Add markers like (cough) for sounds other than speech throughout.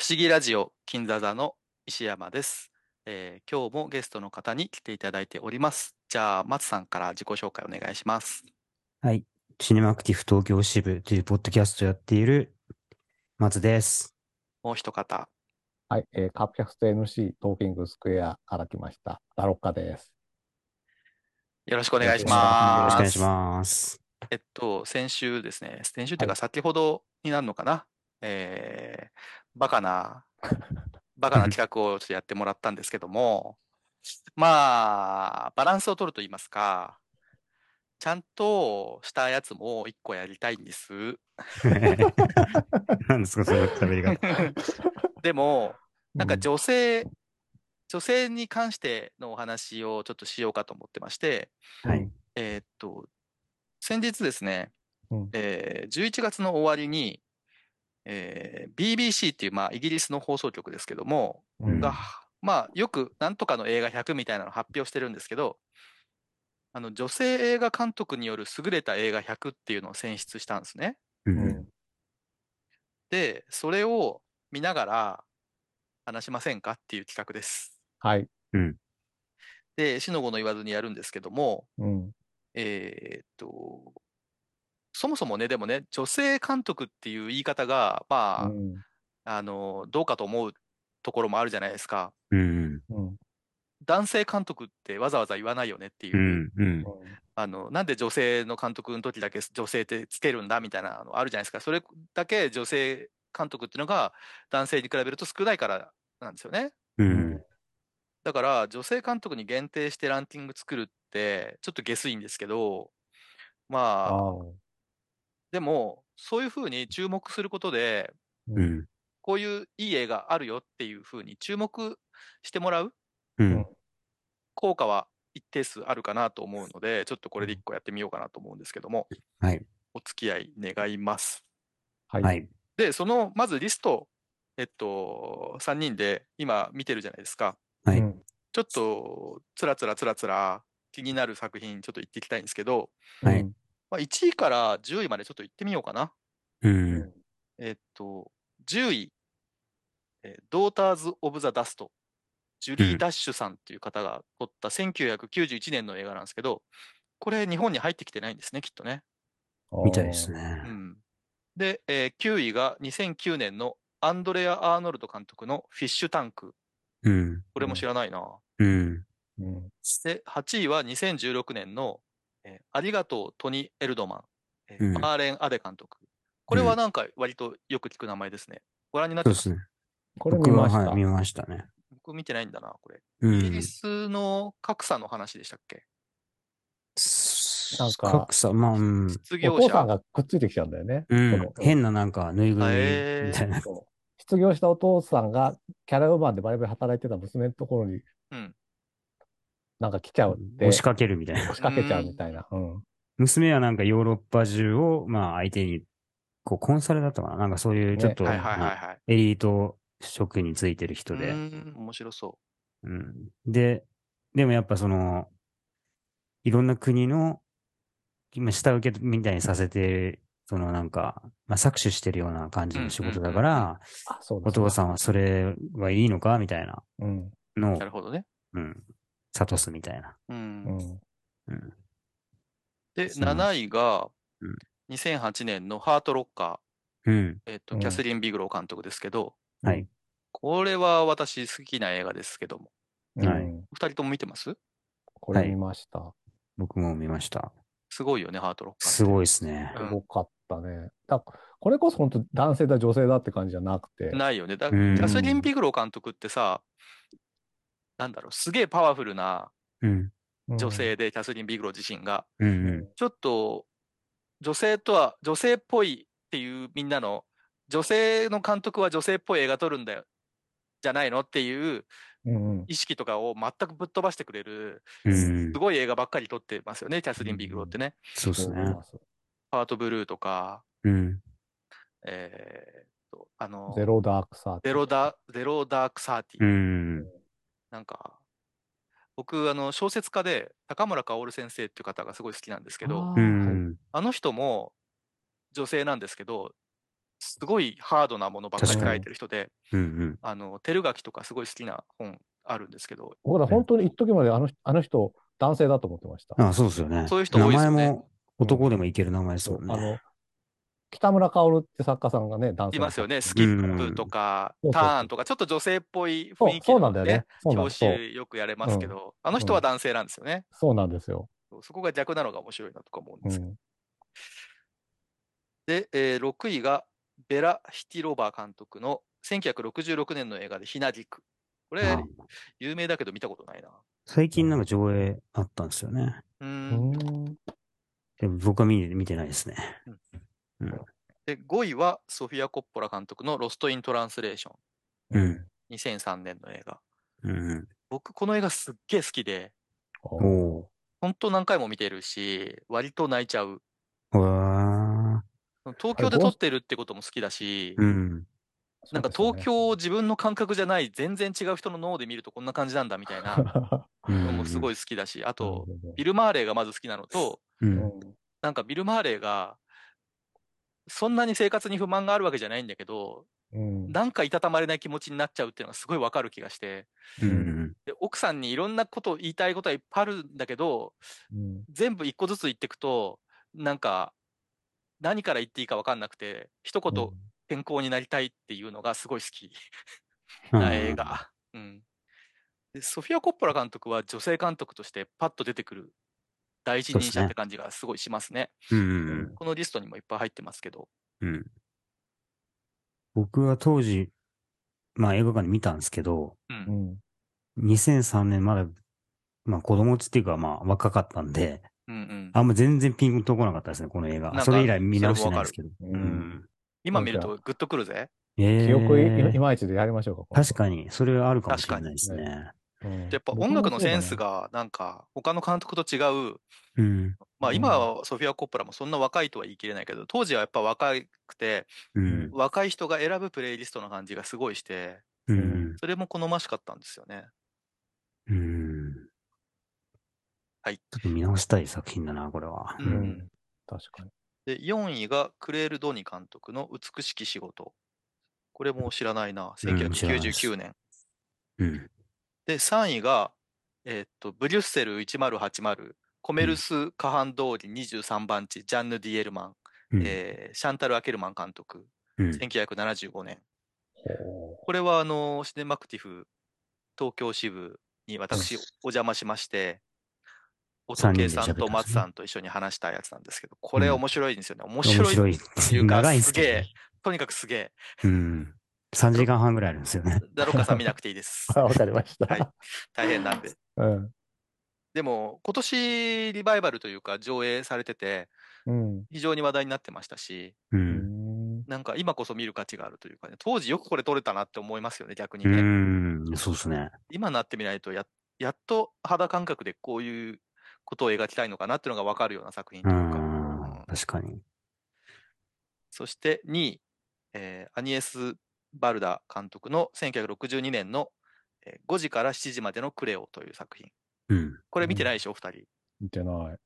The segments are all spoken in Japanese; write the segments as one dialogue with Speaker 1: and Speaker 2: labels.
Speaker 1: 思議ラジオ金座座の石山です、えー今日もゲストの方に来ていただいております。じゃあ、松さんから自己紹介お願いします。
Speaker 2: はい。シネマアクティフ東京支部というポッドキャストをやっている松です。
Speaker 1: もう一方。
Speaker 3: はい、えーカープキャスト MC トーキングスクエアから来ました。ラロッカです。
Speaker 1: よろしくお願いし
Speaker 2: よろ
Speaker 1: ま
Speaker 2: し
Speaker 1: す。
Speaker 2: くお願いします。
Speaker 1: えっと、先週ですね、先週という
Speaker 3: は
Speaker 1: か先ほどになるのかな、えーバカ
Speaker 2: (laughs)
Speaker 1: な、バカな企画をちょっとやってもらったんですけども、まあ、バランスを取ると言いますか、ちゃんとしたやつも一個やりたいんです。
Speaker 2: 何ですか、その食べり方。
Speaker 1: でも、なんか
Speaker 3: うん
Speaker 1: 女性、女性に関してのお話をちょっとしようかと思ってまして、
Speaker 2: はい。
Speaker 1: えーっと、先日ですね、
Speaker 3: うん
Speaker 1: えー11月の終わりに、えー BBC っていう、まあ、イギリスの放送局ですけども、
Speaker 2: うん
Speaker 1: が、まあ、よくなんとかの映画100みたいなの発表してるんですけど、あの女性映画監督による優れた映画100っていうのを選出したんですね。
Speaker 2: う
Speaker 3: うん
Speaker 2: ん。
Speaker 1: で、それを見ながら話しませんかっていう企画です。
Speaker 3: はい、
Speaker 1: で、しのごの言わずにやるんですけども、
Speaker 3: うん、
Speaker 1: えーっと、そもそもね、でもね、女性監督っていう言い方が、まあ、
Speaker 3: うん、
Speaker 1: あの、どうかと思うところもあるじゃないですか。
Speaker 2: うん。
Speaker 3: うん、
Speaker 1: 男性監督ってわざわざ言わないよねっていうう、
Speaker 2: ん。うん。
Speaker 1: あの、なんで女性の監督の時だけ女性ってつけるんだみたいなのあるじゃないですか。それだけ女性監督っていうのが男性に比べると少ないからなんですよね。
Speaker 2: うん。
Speaker 1: だから女性監督に限定してランキング作るってちょっと下水んですけど、
Speaker 3: あ
Speaker 1: まあ、
Speaker 3: あ、
Speaker 1: でもそういうふうに注目することで、
Speaker 2: う、ん。
Speaker 1: こういういい映画あるよっていうふうに注目してもらう
Speaker 2: うん。
Speaker 1: 効果は一定数あるかなと思うので、ちょっとこれで一個やってみようかなと思うんですけども、
Speaker 2: はい。
Speaker 1: お付き合い願います。
Speaker 3: はい、
Speaker 2: は、い。
Speaker 1: で、そのまずリスト、えっと、3人で今見てるじゃないですか。
Speaker 2: は
Speaker 3: う
Speaker 2: い。
Speaker 3: ん、
Speaker 1: ちょっとつらつらつらつら気になる作品ちょっと言っていきたいんですけど、
Speaker 2: はい
Speaker 3: うん、
Speaker 1: まあ、1位から10位までちょっと行ってみようかな。
Speaker 2: うん。
Speaker 1: えっと、10位、えードーターズ・オブ・ザ・ダスト、ジュリ
Speaker 2: う
Speaker 1: ー・
Speaker 2: ん
Speaker 1: ダッシュさんっていう方が撮った1991年の映画なんですけど、これ日本に入ってきてないんですね、きっとね。
Speaker 2: みたいです
Speaker 1: う
Speaker 2: ね。
Speaker 1: ん、で、えー9位が2009年のアンドレア・アーノルド監督のフィッシュタンク。
Speaker 2: うん。
Speaker 1: これも知らないな。
Speaker 2: うん。
Speaker 3: うん、
Speaker 1: で、8位は2016年の、えーありがとう、トニー・エルドマン、えー
Speaker 2: うん
Speaker 1: マーレン・アデ監督。これはなんか割とよく聞く名前ですね。ご覧になって
Speaker 2: そう
Speaker 1: ま
Speaker 2: ですすね。
Speaker 3: これ見
Speaker 2: 僕は、
Speaker 3: ました。
Speaker 2: はい、見ましたね。
Speaker 1: 僕見てないんだな、これ。
Speaker 2: う
Speaker 1: イギリ
Speaker 2: ん。
Speaker 1: スの格差の話でしたっけ、
Speaker 2: なんか、格差、まあ、うん。
Speaker 1: 失
Speaker 3: お
Speaker 1: 業
Speaker 3: 父さ
Speaker 1: 者
Speaker 3: ん。がくっついてきちゃうんだよね。
Speaker 2: うん。
Speaker 3: その
Speaker 2: 変ななんか、ぬいぐるみみたいな。
Speaker 3: そう失業したお父さんがキャラウーマンでバリバリ働いてた娘のところに、
Speaker 1: うん
Speaker 3: なんか来ちゃうって、
Speaker 2: 押しかけるみたいな。
Speaker 3: 押しかけちゃうみたいな。うん、
Speaker 2: 娘はなんかヨーロッパ中を、まあ相手に、こうコンサルだったかななんかそういうちょっと、
Speaker 1: はいはいはい
Speaker 2: まあ
Speaker 1: はい。
Speaker 2: エリート職についてる人
Speaker 1: う
Speaker 2: で、
Speaker 1: ーん面白そ
Speaker 2: うんで、でもやっぱその、いろんな国の、今下請けみたいにさせて、そのなんか、まあ搾取してるような感じの仕事だから、
Speaker 1: うんうんう
Speaker 3: あ、そうだ
Speaker 2: お父さんはそれはいいのかみたいな
Speaker 3: うん、
Speaker 2: の
Speaker 1: う。
Speaker 2: を
Speaker 1: な、るほどね。
Speaker 2: うん、諭すみたいな。
Speaker 1: う、
Speaker 3: うんん、
Speaker 2: うん
Speaker 1: で、
Speaker 2: そう
Speaker 1: 7位が
Speaker 2: うん、
Speaker 1: 2008年のハートロッカ
Speaker 2: うん。
Speaker 1: ー、えっと、
Speaker 3: うん
Speaker 1: キャスリン・ビグロー監督ですけど、
Speaker 2: はい。
Speaker 1: これは私好きな映画ですけども、
Speaker 2: はい
Speaker 3: うん
Speaker 1: お二人とも見てます
Speaker 3: これ
Speaker 2: はい
Speaker 3: 見ました。
Speaker 2: 僕も見ました。
Speaker 1: すごいよね、ハートロッカー。
Speaker 2: す
Speaker 1: い。
Speaker 2: ごいですね。
Speaker 1: うん
Speaker 3: すごかったね。だこれこそ本当男性だ女性だって感じじゃなくて、
Speaker 1: ないよね。だキ
Speaker 2: うん
Speaker 1: ャスリン・ビグロー監督ってさ、なんだろう、すげえパワフルな
Speaker 2: うん。
Speaker 3: うん
Speaker 1: 女性で、キャスリン・ビグロー自身が。
Speaker 2: うん
Speaker 3: う
Speaker 2: うん
Speaker 3: ん。
Speaker 1: ちょっと女性とは女性っぽいっていうみんなの女性の監督は女性っぽい映画撮るんだよじゃないのっていう
Speaker 3: うんうん
Speaker 1: 意識とかを全くぶっ飛ばしてくれる
Speaker 2: うんう
Speaker 1: す
Speaker 2: ん。
Speaker 1: ごい映画ばっかり撮ってますよねキャスリン・ビグローってね。
Speaker 2: そうです
Speaker 3: 思い
Speaker 2: ね。
Speaker 3: ます
Speaker 1: ハートブルーとか、
Speaker 2: うん。
Speaker 1: えーとあの
Speaker 3: ゼロダークサー
Speaker 1: ゼロダゼロダークサーティ、
Speaker 2: うん。
Speaker 1: なんか僕あの小説家で高村薫先生っていう方がすごい好きなんですけど
Speaker 2: うん。
Speaker 1: あの人も女性なんですけど、すごいハードなものばっかり
Speaker 2: 確
Speaker 3: か
Speaker 1: 書
Speaker 3: に
Speaker 1: いてる人で、
Speaker 2: うんうん。
Speaker 1: あの、テルガキとかすごい好きな本あるんですけど、
Speaker 3: 僕ら本当に一時まであの人あの人、男性だと思ってました。
Speaker 2: あそうですよね。
Speaker 1: そういう人多いですよね
Speaker 2: 名前も男でもいける名前ですもん
Speaker 3: あ
Speaker 2: ね。
Speaker 3: の、北村薫って作家さんがね、男性
Speaker 1: いますよね。ス
Speaker 3: 好
Speaker 1: キ
Speaker 3: き
Speaker 1: ップとか
Speaker 3: う、ん
Speaker 1: ターンとか、ちょっと女性っぽい
Speaker 3: そ
Speaker 1: 雰
Speaker 3: う
Speaker 1: 囲気
Speaker 3: そうな
Speaker 1: の
Speaker 3: んだよね。そうなん
Speaker 1: 表
Speaker 3: ですそう
Speaker 1: 紙よくやれますけど、あの人は男性なんですよね。
Speaker 3: そうなんですよ。
Speaker 1: そこが逆なのが面白いなとか思うん
Speaker 3: う
Speaker 1: ですけど
Speaker 3: ん。
Speaker 1: で、えー6位がベラ・ヒティロバー監督の1966年の映画でひなじく。これ
Speaker 2: あ、
Speaker 1: 有名だけど見たことないな。
Speaker 2: 最近なんか上映あったんですよね。
Speaker 1: う。
Speaker 3: うんん
Speaker 2: でも僕は見見てないですね。
Speaker 1: で、5位はソフィア・コッポラ監督のロスト・イン・トランスレーショ
Speaker 2: うん。
Speaker 1: ン。2003年の映画。
Speaker 2: うんうん。
Speaker 1: 僕、この映画すっげえ好きで、
Speaker 2: おお
Speaker 1: 本当何回も見てるし、割と泣いちゃう。
Speaker 2: ー。わ
Speaker 1: 東京で撮ってるってことも好きだし
Speaker 2: ー。う、ん。
Speaker 1: なんか東京を自分の感覚じゃない、全然違う人の脳で見るとこんな感じなんだみたい
Speaker 3: (laughs)
Speaker 1: なのもすご
Speaker 2: い。
Speaker 1: い好きだし、あと、ビ
Speaker 3: ビ
Speaker 1: ル・マーレーがまず好きなのと、
Speaker 2: うん。
Speaker 1: なんかビル・マーレーが、そんなに生活に不満があるわけじゃないんだけど、なんかいたたまれない気持ちになっちゃうっていうのがすごいわかる気がして、
Speaker 2: うん。
Speaker 1: で奥さんにいろんなことを言いたいことはいっぱいあるんだけど、全部一個ずつ言ってくと、なんか、何から言っていいかわかんなくて、一言、健康になりたいっていうのがすごい好き。な映画。うん、でソフィア・コッポラ監督は女性監督としてパッと出てくる第一人
Speaker 2: そうです
Speaker 1: 者
Speaker 2: ね
Speaker 1: って感じがすごいしますね。
Speaker 2: うんうん
Speaker 1: このリストにもいっぱい入ってますけど。
Speaker 2: うん。うん。僕は当時、まあ映画館で見たんですけど、
Speaker 1: うん
Speaker 3: うん
Speaker 2: 2003年まだ、まあ子供っつっていうかまあ若かったんで、
Speaker 1: うんうん
Speaker 2: あんま全然ピンとこなかったですね、この映
Speaker 1: なんか
Speaker 2: 画。それ以来見直してないですけど。
Speaker 3: れもわかる
Speaker 2: うん。
Speaker 1: 今見るとグッとくるぜ。
Speaker 2: ええ。
Speaker 3: 記憶いいまいちでやりましょうか。
Speaker 2: 確
Speaker 3: に。
Speaker 2: かに、それはあるかもしれないですね。
Speaker 3: うん
Speaker 1: やっぱ音楽のセンス。がなんか他の監督と違う、
Speaker 2: うん。
Speaker 1: まあ
Speaker 3: うん
Speaker 1: 今はソフィア・コッポラもそんな若いとは言い切れないけど、当時はやっぱ若くて、
Speaker 2: うん。
Speaker 1: 若い人が選ぶプレイリストの感じがすごいして、
Speaker 2: うん。
Speaker 1: それも好ましかったんですよね。
Speaker 2: うん。
Speaker 1: はい
Speaker 2: ちょっと見直したい作品だな、これは。
Speaker 1: う
Speaker 3: 僕もそうだねうんん確かに。
Speaker 1: で、4位がクレール・ドニ監督の美しき仕事。これも知らないな。
Speaker 2: うん知らないです
Speaker 1: 1999年。
Speaker 2: うん。
Speaker 1: で、3位が、えーっと、ブリュッセル1080、コメルス・カハン通り23番地、ジャンヌ・ディエルマン、
Speaker 2: うん
Speaker 1: えーシャンタル・アケルマン監督、
Speaker 2: うん
Speaker 1: 1975年。
Speaker 3: ほ
Speaker 1: これは、あの、シネマクティフ東京支部に私お邪魔しまして、
Speaker 2: 三
Speaker 1: 乙
Speaker 2: 人
Speaker 1: 啓
Speaker 2: で
Speaker 1: さんと松さんと一緒に話したやつなんですけど、これ面白いんですよね。面
Speaker 2: 面
Speaker 1: 白い
Speaker 2: 白いっ
Speaker 1: って
Speaker 2: て
Speaker 1: い
Speaker 2: いうう
Speaker 1: か
Speaker 2: か、長いっすけどね。
Speaker 1: とにかくすげえ。
Speaker 2: うん。3時間半ぐらいあるんですよね。
Speaker 1: ダロッカさん見なくていいです
Speaker 3: う (laughs) 。あわかりまし
Speaker 1: はい
Speaker 3: た。
Speaker 1: 大変なんで。
Speaker 3: うん
Speaker 1: でも、今年リバイバルというか上映されてて、
Speaker 3: うん
Speaker 1: 非常に話題になってましたし、
Speaker 2: う。
Speaker 3: うんん。
Speaker 1: なんか今こそ見る価値があるというかね、当時よくこれ撮れたなって思いますよね、逆に
Speaker 2: う
Speaker 1: ね。
Speaker 2: ん。そうですね。
Speaker 1: 今なってみないとや、やっと肌感覚でこういうことを描きたいのかなっていうのがわかるような作品と
Speaker 2: う
Speaker 1: いうか。
Speaker 2: ん
Speaker 1: うん。
Speaker 2: 確かに。
Speaker 1: そして2位、えーアニエス・バルダ監督の1962年のえー5時から7時までのクレオという作品。
Speaker 2: うん。
Speaker 1: これ見てないでしょ、お二人。
Speaker 3: 見てない。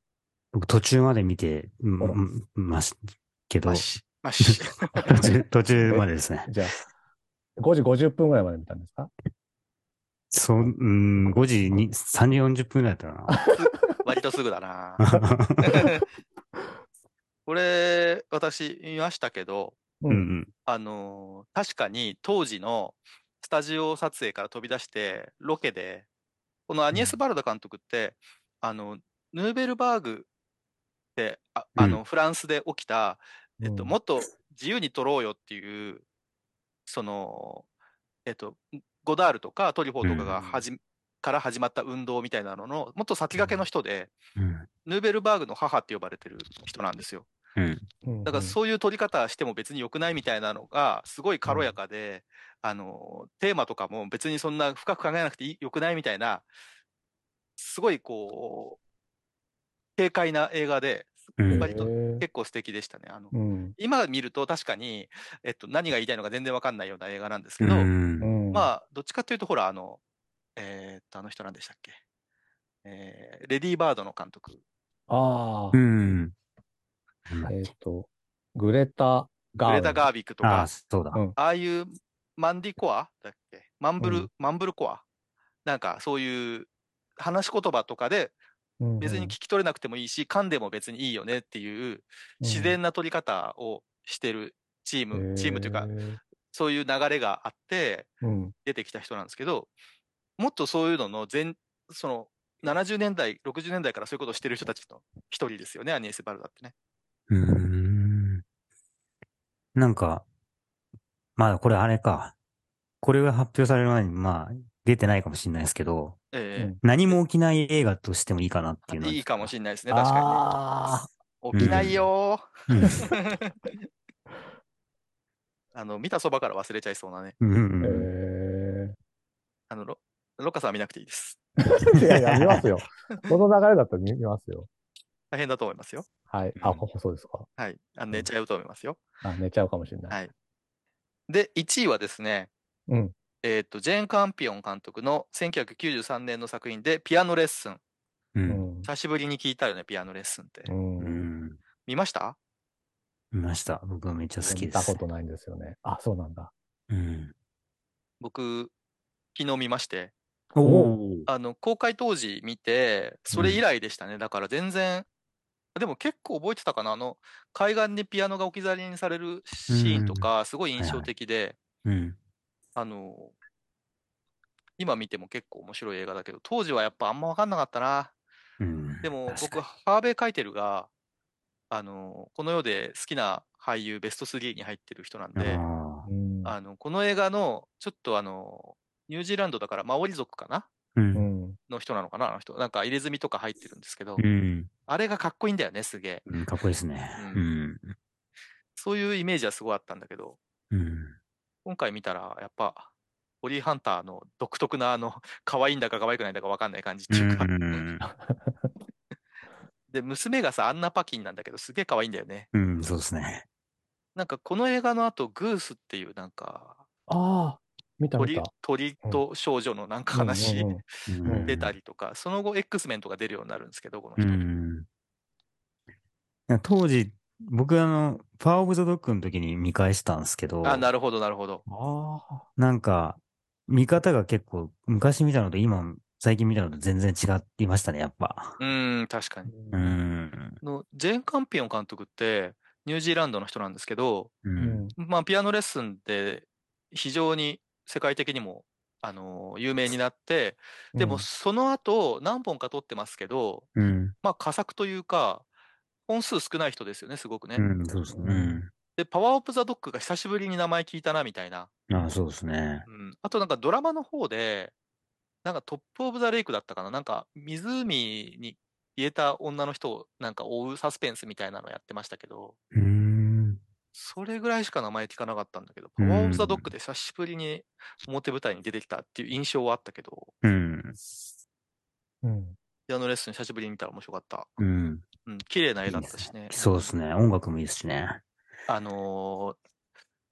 Speaker 2: 僕途中まで見てうん
Speaker 3: ほら
Speaker 2: うんますけど
Speaker 1: マ、シ。マシ。
Speaker 2: 途中途中までですね。
Speaker 3: じゃあ、5時50分ぐらいまで見たんですか
Speaker 2: そう、うん、5時に、3時40分ぐらいだっ
Speaker 1: (laughs)
Speaker 2: た
Speaker 1: 割とすぐだな。
Speaker 2: かな。
Speaker 1: これ、私、見ましたけど、
Speaker 3: う
Speaker 2: うんう。ん。
Speaker 1: あのー確かに当時のスタジオ撮影から飛び出して、ロケで、このアニエス・バルダ監督って、あの、ヌーベルバーグで、ああの、フランスで起きた、えっと、
Speaker 3: うん
Speaker 1: もっと自由に撮ろうよっていう、その、えっと、ゴダールとかトリフォーとかがはじ、から始まった運動みたいなのの、もっと先駆けの人で、
Speaker 2: うん。
Speaker 1: ヌーベルバーグの母って呼ばれてる人なんですよ。
Speaker 2: うん。
Speaker 3: うん
Speaker 1: だからそういう取り方しても別に良くないみたいなのがすごい軽やかで、あのテーマとかも別にそんな深く考えなくていい良くないみたいなすごいこう軽快な映画で
Speaker 2: う
Speaker 1: やっ
Speaker 2: ん
Speaker 1: ぱりと
Speaker 3: へー
Speaker 1: 結構素敵でしたね。あの
Speaker 3: うん。
Speaker 1: 今見ると確かに、えっと、何が言いたいのか全然わかんないような映画なんですけど、
Speaker 2: うん。
Speaker 3: まあ、
Speaker 1: まあどっちかというとほらあのえーっとあの人なんでしたっけ、えーレディーバードの監督
Speaker 3: ああ
Speaker 2: う、ん。
Speaker 3: えっと、グレタ・ガ
Speaker 1: グ
Speaker 3: ー
Speaker 1: レタ・ガービックと
Speaker 2: あ
Speaker 1: か
Speaker 2: あ、、そうだ。
Speaker 3: うん
Speaker 1: ああいうマンディコアだっけマンブル、
Speaker 3: う
Speaker 1: マンブルコアなんかそういう話し言葉とかで
Speaker 3: うん
Speaker 1: 別に聞き取れなくてもいいし、噛んでも別にいいよねっていう自然な取り方をしてるチーム、チームというか、、そういう流れがあって
Speaker 3: うん
Speaker 1: 出てきた人なんですけど、もっとそういうのの全、その70年代、60年代からそういうことをしてる人たちの一人ですよね、アニエス・バルダってね。
Speaker 2: うーん。なんか、まだこれあれか。これが発表される前に、まあ、出てないかもしれないですけど、
Speaker 1: ええ
Speaker 2: 何も起きない映画としてもいいかなっていうのは。
Speaker 1: いいかもしれないですね、確か
Speaker 3: あ
Speaker 1: に、ね。起きないよー。
Speaker 2: れない。
Speaker 1: あの、見たそばから忘れちゃいそうなね。
Speaker 2: うん。うん
Speaker 3: ー
Speaker 2: うん
Speaker 3: え
Speaker 1: あの、ロロッカさんは見なくていいです。
Speaker 3: ーいやいや、見ます (laughs) よ。この流れだったら見見ますよ。
Speaker 1: 大変だと思いますよ。
Speaker 3: はい。
Speaker 1: う
Speaker 3: あ、
Speaker 1: ん
Speaker 3: ほそうですか。
Speaker 1: はい。あの
Speaker 3: ん
Speaker 1: 寝ちゃうと思いますよ。
Speaker 3: あ、寝ちゃうかもしれない。
Speaker 1: はいで、1位はですね、
Speaker 3: うん。
Speaker 1: えっ、と、ジェーン・カンピオン監督の1993年の作品で、ピアノレッスン。
Speaker 2: う。
Speaker 3: うんん。
Speaker 1: 久しぶりに聞いたよね、ピアノレッスンって。
Speaker 2: う
Speaker 3: うん。
Speaker 2: ん。
Speaker 1: 見ました
Speaker 2: 見ました。僕はめっちゃ好き
Speaker 3: 見
Speaker 2: で
Speaker 3: た
Speaker 2: す
Speaker 3: こ。とないんですよね。あ、そうなんだ。
Speaker 2: うん。
Speaker 1: 僕、昨日見まして、
Speaker 2: お
Speaker 3: お
Speaker 2: ー
Speaker 1: あの、公開当時見て、それ以来でしたね。だから全然、でも結構覚えてたかな。あの、海岸にピアノが置き去りにされるシーンとか、すごい印象的で、
Speaker 2: うん。
Speaker 1: あの、今見ても結構面白い映画だけど、当時はやっぱあんま分かんなかったな。
Speaker 2: うん。
Speaker 1: でも
Speaker 2: 確
Speaker 1: 僕、
Speaker 2: か
Speaker 1: ハーベイ・カイテルが、あの、この世で好きな俳優ベスト3に入ってる人なん
Speaker 2: に
Speaker 1: で、
Speaker 2: あ
Speaker 3: うん。
Speaker 1: あの、この映画の、ちょっとあの、ニュージーランドだから、マオリ族かな
Speaker 2: ーう。
Speaker 3: うんん。
Speaker 1: の人なのかなあの人。なんか入れ墨とか入ってるんですけど、
Speaker 2: うん。
Speaker 1: あれがかっこいいんだよね、すげえ。
Speaker 2: うんかっこいいですね。
Speaker 1: う
Speaker 2: うん。
Speaker 1: そういうイメージはすごいあったんだけど、 (laughs)
Speaker 2: うん。
Speaker 1: 今回見たら、やっぱ、ホリーハンターの独特なあの、可愛いんだか可愛くないんだか分かんない感じっていうか、
Speaker 2: うん
Speaker 1: で、娘がさ、アンナ・パキンなんだけど、すげえ可愛いんだよね。
Speaker 2: うん、そうですね。
Speaker 1: なんか、この映画の後、グースっていう、なんか、
Speaker 3: ああ、見た見
Speaker 1: 鳥
Speaker 3: た。
Speaker 1: 鳥と少女のなんか
Speaker 3: う
Speaker 1: 話
Speaker 3: んうんうん
Speaker 2: うん
Speaker 1: 出たりとか、その後、X メンとか出るようになるんですけど、この
Speaker 2: う
Speaker 1: 人。
Speaker 2: ん。当時、僕あの、パワーオブザドッグの時に見返したんですけど、
Speaker 1: あ、なるほど、なるほど。
Speaker 3: ああ。
Speaker 2: なんか、見方が結構、昔見たのと今、最近見たのと全然違っていましたね、やっぱ。
Speaker 1: うーん、確かに。
Speaker 2: う。ん。
Speaker 1: のジェーン・カンピオン監督って、ニュージーランドの人なんですけど、
Speaker 2: う。
Speaker 3: うんん。
Speaker 1: まあ、ピアノレッスンって非常に世界的にも、あのー有名になって、でもその後何本か撮ってますけど、
Speaker 2: うん。
Speaker 1: まあ、佳作というか、本数少ない人ですよね、すごくね。
Speaker 2: うん、そうですね。
Speaker 1: で、パワーオブザドッグが久しぶりに名前聞いたな、みたいな。
Speaker 2: うん。あそうですね。
Speaker 1: うん、あとなんかドラマの方で、なんかトップオブザレイクだったかな、なんか湖に消えた女の人をなんか追うサスペンスみたいなのやってましたけど、
Speaker 2: うん。
Speaker 1: それぐらいしか名前聞かなかったんだけど、パワーオブザドッ
Speaker 2: う
Speaker 1: グで久しぶりに表舞台に出てきたっていう印象はあったけど、
Speaker 2: うん。
Speaker 3: うん。
Speaker 1: ピアノレッスン久しぶりに見たら面白かった。
Speaker 2: うん。
Speaker 1: うん、綺麗な絵だったしね。
Speaker 2: そうですね。音楽もいいですしね。
Speaker 1: あのー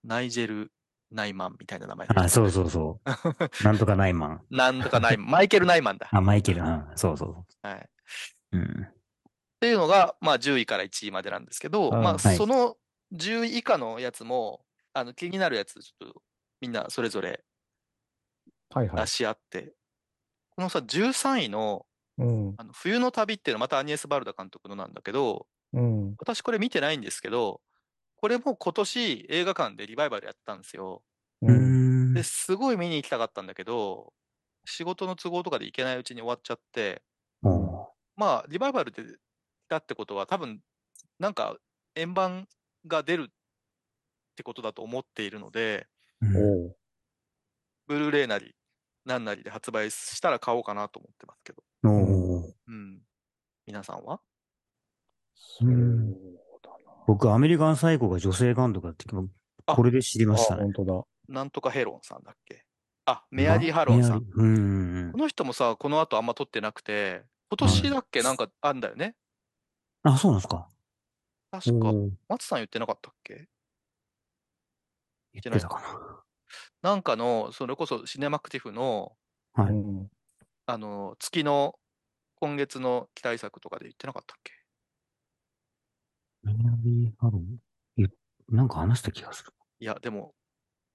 Speaker 1: ナイジェル・ナイマンみたいな名前でした
Speaker 2: あ、そうそ
Speaker 1: (laughs)
Speaker 2: うそう。なんとかないマン。
Speaker 1: なんとかナイマン、
Speaker 2: (laughs)
Speaker 1: マイケル・ナイマンだ。
Speaker 2: あ、マイケル。うん。そうそうそ
Speaker 1: はい。っ
Speaker 2: う。うん。
Speaker 1: ていうのが、まあ、10位から1位までなんですけど、
Speaker 3: うん
Speaker 1: まあ、
Speaker 2: はい
Speaker 1: その10位以下のやつも、あの、気になるやつ、ちょっと、みんなそれぞれ
Speaker 3: はいは
Speaker 1: 出
Speaker 3: い。
Speaker 1: し合って、このさ、13位の、
Speaker 3: うん。
Speaker 1: あの冬の旅っていうのはまたアニエス・バルダ監督のなんだけど、
Speaker 3: うん。
Speaker 1: 私これ見てないんですけど、これも今年映画館でリバイバルやったんですよ。
Speaker 2: う
Speaker 3: うん。
Speaker 2: ん
Speaker 1: で、。すごい見に行きたかったんだけど、仕事の都合とかで行けないうちに終わっちゃって、
Speaker 2: おー
Speaker 1: まあ、リバイバルでだってことは、多分なんか円盤が出るってことだと思っているので、
Speaker 2: うん
Speaker 3: おう。
Speaker 1: ブルーレイなり、なんなりで発売したら買おうかなと思ってますけど。
Speaker 2: おー。
Speaker 1: うん。皆さんは
Speaker 3: そう
Speaker 2: うん
Speaker 3: だな。
Speaker 2: 僕、アメリカン最高が女性監督だって、
Speaker 1: あ
Speaker 2: これで知りました
Speaker 3: あ、
Speaker 2: ね。
Speaker 3: 本当だ。
Speaker 1: なんとかヘロンさんだっけあ、メアリー・ハロンさん。
Speaker 2: メアリーうんうんうん
Speaker 1: こ。の人もさ、この後あんま撮ってなくて、今年だっけなんかあんだよね。
Speaker 2: あ、そうなんですか。
Speaker 1: 確か、
Speaker 2: おー
Speaker 1: 松さん言ってなかったっけ
Speaker 2: 言ってたか
Speaker 1: なんかの、それこそシネマクティフの、
Speaker 2: は
Speaker 3: う
Speaker 2: い
Speaker 3: ん。
Speaker 1: あの、月の、今月の期待作とかで言ってなかったっけ
Speaker 2: な。メアリー・ハロン言っなんか話した気がする。
Speaker 1: いや、でも、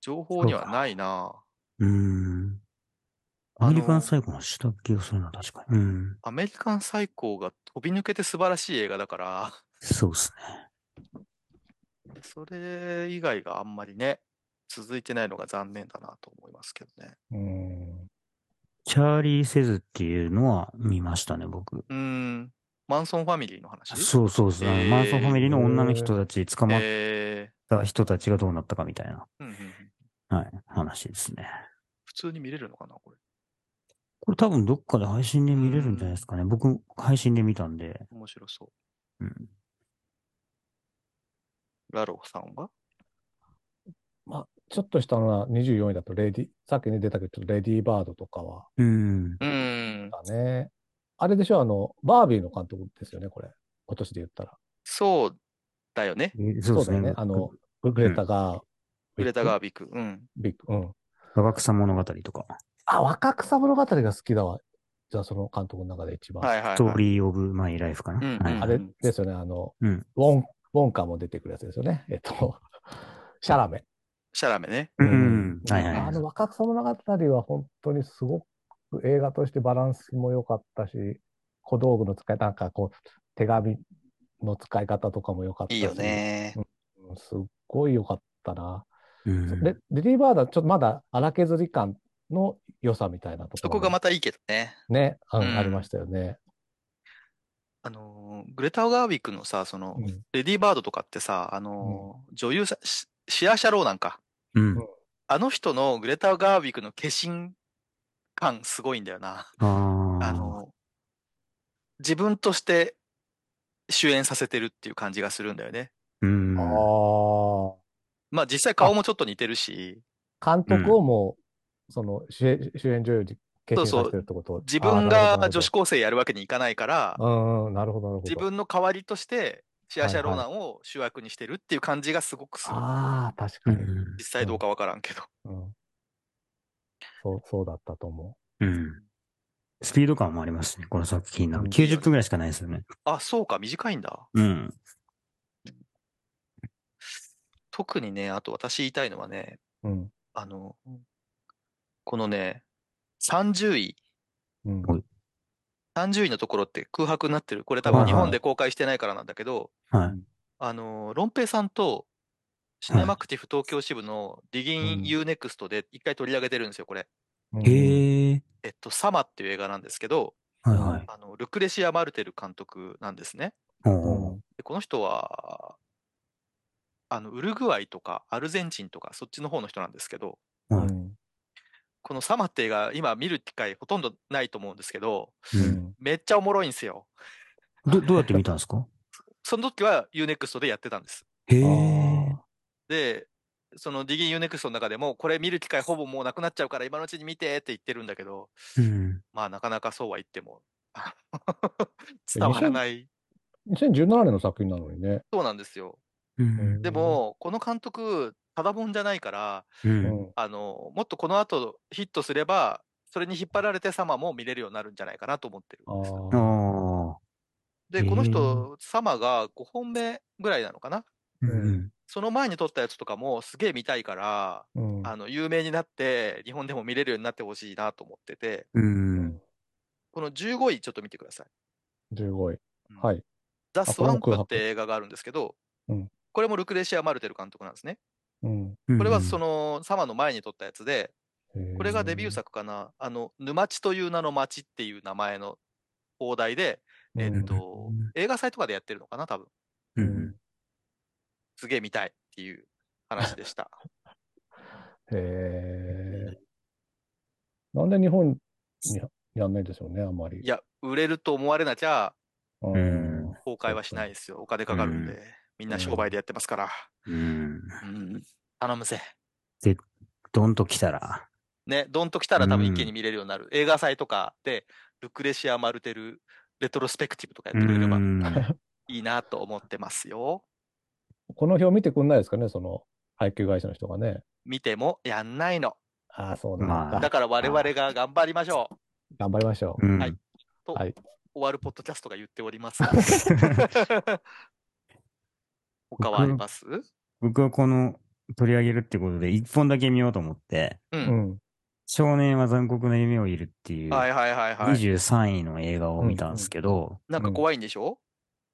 Speaker 1: 情報に
Speaker 2: そう
Speaker 1: は
Speaker 2: か
Speaker 1: ないな
Speaker 2: うーん。アメリカン最後のした気がするな、確かに。うん。
Speaker 1: アメリカン最高が飛び抜けて素晴らしい映画だから、 (laughs)
Speaker 2: そうです
Speaker 1: それ以外があんまりね、続いてないのが残念だなと思いますけどね。
Speaker 3: うん。
Speaker 2: チャーリー・セズっていうのは見ましたね、僕。
Speaker 1: うーん、マンソンファミリーの話
Speaker 2: そうそうそう。あの
Speaker 1: えー
Speaker 2: マンソンファミリーの女の人たち、捕まっ
Speaker 1: え
Speaker 2: た人たちがどうなったかみたいな、
Speaker 1: ーうんうんうん
Speaker 2: はい、話ですね。
Speaker 1: 普通に見れるのかな、これ。
Speaker 2: これ多分どっかで配信で見れるんじゃないですかね。僕、配信で見たんで。
Speaker 1: 面白そう。
Speaker 2: うん。
Speaker 1: ラローさんは
Speaker 3: ちょっと下のな24位だと、レディ、さっきね出たけど、レディーバードとかは、
Speaker 2: うん。
Speaker 1: うーん、
Speaker 3: だね。あれでしょ、あの、バービーの監督ですよね、これ。今年で言ったら。
Speaker 1: そうだよね。
Speaker 2: えそうです
Speaker 3: だよ
Speaker 2: ね。
Speaker 3: あの、、グレタが、
Speaker 1: グレタ・ガービック。うん。
Speaker 3: ビッグ。うん。
Speaker 2: 若草物語とか、
Speaker 3: あ、若草物語が好きだわ。じゃあ、その監督の中で一番。
Speaker 1: はいはい、はい。
Speaker 2: ストーリー・オブ・マイ・ライフかな。
Speaker 1: うん
Speaker 2: はい
Speaker 3: あれですよね、あの、
Speaker 2: うん
Speaker 3: ウォン、ウォンカも出てくるやつですよね。えっと、 (laughs) シャラメ。
Speaker 1: シャラメね。
Speaker 2: うんうん。はいはい
Speaker 3: あ
Speaker 2: はい。
Speaker 3: の若草物語は本当にすごく映画としてバランスも良かったし、小道具の使い、なんかこう、手紙の使い方とかも良かったし。
Speaker 1: いいよね。
Speaker 3: うん。すっごい良かったな。
Speaker 2: うん
Speaker 3: で、リリーバーダ、ちょっとまだ荒削り感の良さみたいなところ。
Speaker 1: そこがまたいいけどね。
Speaker 3: ね、うん
Speaker 1: うん
Speaker 3: ありましたよね。
Speaker 1: あのー、グレタ・ガービックのさ、その
Speaker 3: う、ん
Speaker 1: レディーバードとかってさ、あのー、女優さん、シシア・シャローなんか。
Speaker 2: うん。
Speaker 1: あの人のグレタ・ガービックの化身感すごいんだよな。
Speaker 2: ああ。
Speaker 1: あの、自分として主演させてるっていう感じがするんだよね。
Speaker 2: うん。
Speaker 3: ああ。
Speaker 1: まあ実際顔もちょっと似てるし、
Speaker 3: 監督をもう、その主演、主演女優に決定させてるってこと
Speaker 1: 自分
Speaker 3: あーなるほどなるほ
Speaker 1: が
Speaker 3: ど
Speaker 1: 女子高生やるわけにいかないから、
Speaker 3: うんうん、なるほど、なるほど。
Speaker 1: 自分の代わりとしてシアシャローナ
Speaker 3: は
Speaker 1: ンを主役にしてるっていう感じがすごくする。
Speaker 3: ああ、確
Speaker 2: う
Speaker 3: かに、
Speaker 2: ん。
Speaker 1: 実際どうかわからんけど。
Speaker 3: うん。そう、そうだったと思
Speaker 2: うん。スピード感もありますね、この作品。なんか
Speaker 3: うん
Speaker 2: 90分ぐらいしかないですよね。
Speaker 1: あ、そうか、短いんだ。
Speaker 2: うん。
Speaker 1: 特にね、あと私言いたいのはね、
Speaker 3: う。うん。
Speaker 1: あの、このね、30位、
Speaker 3: うん。
Speaker 2: はい
Speaker 1: 30位のところって空白になってる。これ多
Speaker 2: は
Speaker 1: 分
Speaker 2: いは
Speaker 1: 日
Speaker 2: い
Speaker 1: 本で公開してないからなんだけど、
Speaker 2: はい。
Speaker 1: あの、ロンペイさんと、シネマクティフ東京支部の Digin
Speaker 3: うん
Speaker 1: You Next で一回取り上げてるんですよ、これ。
Speaker 3: うん
Speaker 2: へえ。
Speaker 1: えっと、サマっていう映画なんですけど、
Speaker 2: はいはい。
Speaker 1: あの、ルクレシア・マルテル監督なんですね。
Speaker 2: おー
Speaker 1: でこの人は、あの、ウルグアイとかアルゼンチンとかそっちの方の人なんですけど、
Speaker 3: う
Speaker 2: はい
Speaker 3: ん。
Speaker 1: このサマって映画今見る機会ほとんどないと思うんですけど、
Speaker 2: う。
Speaker 3: うんん。
Speaker 1: めっちゃおもろいんですよ。
Speaker 2: ど、どうやって見たんですか
Speaker 1: その時は UNEXT でやってたんです。
Speaker 2: へえ。
Speaker 1: で、その Digin UNEXT の中でも、これ見る機会ほぼもうなくなっちゃうから今のうちに見てって言ってるんだけど、
Speaker 2: うん。
Speaker 1: まあなかなかそうは言っても (laughs) 伝わらない。
Speaker 3: 2017年の作品なのにね。
Speaker 1: そうなんですよ。
Speaker 2: うん。
Speaker 1: でも、この監督、ただもんじゃないから、
Speaker 2: う。
Speaker 3: うんん。
Speaker 1: あの、もっとこの後ヒットすれば、それに引っ張られてサマーも見れるようになるんじゃないかなと思ってる
Speaker 3: あ
Speaker 1: んです。
Speaker 2: あ
Speaker 3: ー
Speaker 2: あ。
Speaker 1: で、この人、サマーが5本目ぐらいなのかな
Speaker 2: うん。
Speaker 1: その前に撮ったやつとかもすげえ見たいから、
Speaker 3: うん。
Speaker 1: あの、有名になって、日本でも見れるようになってほしいなと思ってて、
Speaker 2: う。
Speaker 3: うんん
Speaker 1: この15位ちょっと見てください。
Speaker 3: 15位。はい。
Speaker 1: ザ・ス
Speaker 3: こ
Speaker 1: ワ
Speaker 3: れ
Speaker 1: ン
Speaker 3: も
Speaker 1: プ
Speaker 3: 空白
Speaker 1: って映画があるんですけど
Speaker 3: うん、
Speaker 1: これもルクレシア・マルテル監督なんですね。
Speaker 3: うん。
Speaker 2: うん。
Speaker 1: これはそ
Speaker 2: の、
Speaker 1: の、サマーの前に撮ったやつで、これがデビュー作かな。あの、沼地という名の町っていう名前の放題で、
Speaker 3: へ
Speaker 1: え
Speaker 3: ー。
Speaker 1: っと
Speaker 2: うん、
Speaker 1: 映画祭とかでやってるのかな、多分。
Speaker 2: うん。
Speaker 1: すげえ見たいっていう話で
Speaker 2: (laughs)
Speaker 1: した。
Speaker 3: うんへえ。なんで日本にやんないんでしょうね、あんまり。
Speaker 1: いや、売れると思われなきゃ、
Speaker 2: う
Speaker 3: う
Speaker 2: ん
Speaker 3: ん。
Speaker 1: 崩壊はしないですよ。お金かかるん
Speaker 2: う
Speaker 1: で、みんな商売でやってますから。
Speaker 2: うん。
Speaker 1: うん、頼むぜ。
Speaker 2: どんと来たら。
Speaker 1: ね、どんと来たら多分一気に見れるようになる。映画祭とかで、ルクレシア・マルテル、レトロスペクティブとかや
Speaker 2: う
Speaker 1: ってくれれば
Speaker 2: ん。
Speaker 1: いいなと思ってますよ。
Speaker 3: この表見てくんないですかね、その配給会社の人がね。
Speaker 1: 見てもやんないの。
Speaker 3: ああ、そうなんだ。
Speaker 2: まあ
Speaker 1: だから我々が頑張りましょう。
Speaker 3: 頑張りましょう。
Speaker 2: うん
Speaker 1: はいと、
Speaker 3: はい
Speaker 1: 終わるポッドキャス
Speaker 2: (laughs)
Speaker 1: トが言っております。他はあります
Speaker 2: 僕はこの取り上げるってことで、一本だけ見ようと思って、
Speaker 1: う。
Speaker 3: うんん。
Speaker 2: 少年は残酷な夢を見るっていう、
Speaker 1: はいはいはいはい。
Speaker 2: 23位の映画を見たんですけど、
Speaker 1: なんか怖いんでしょ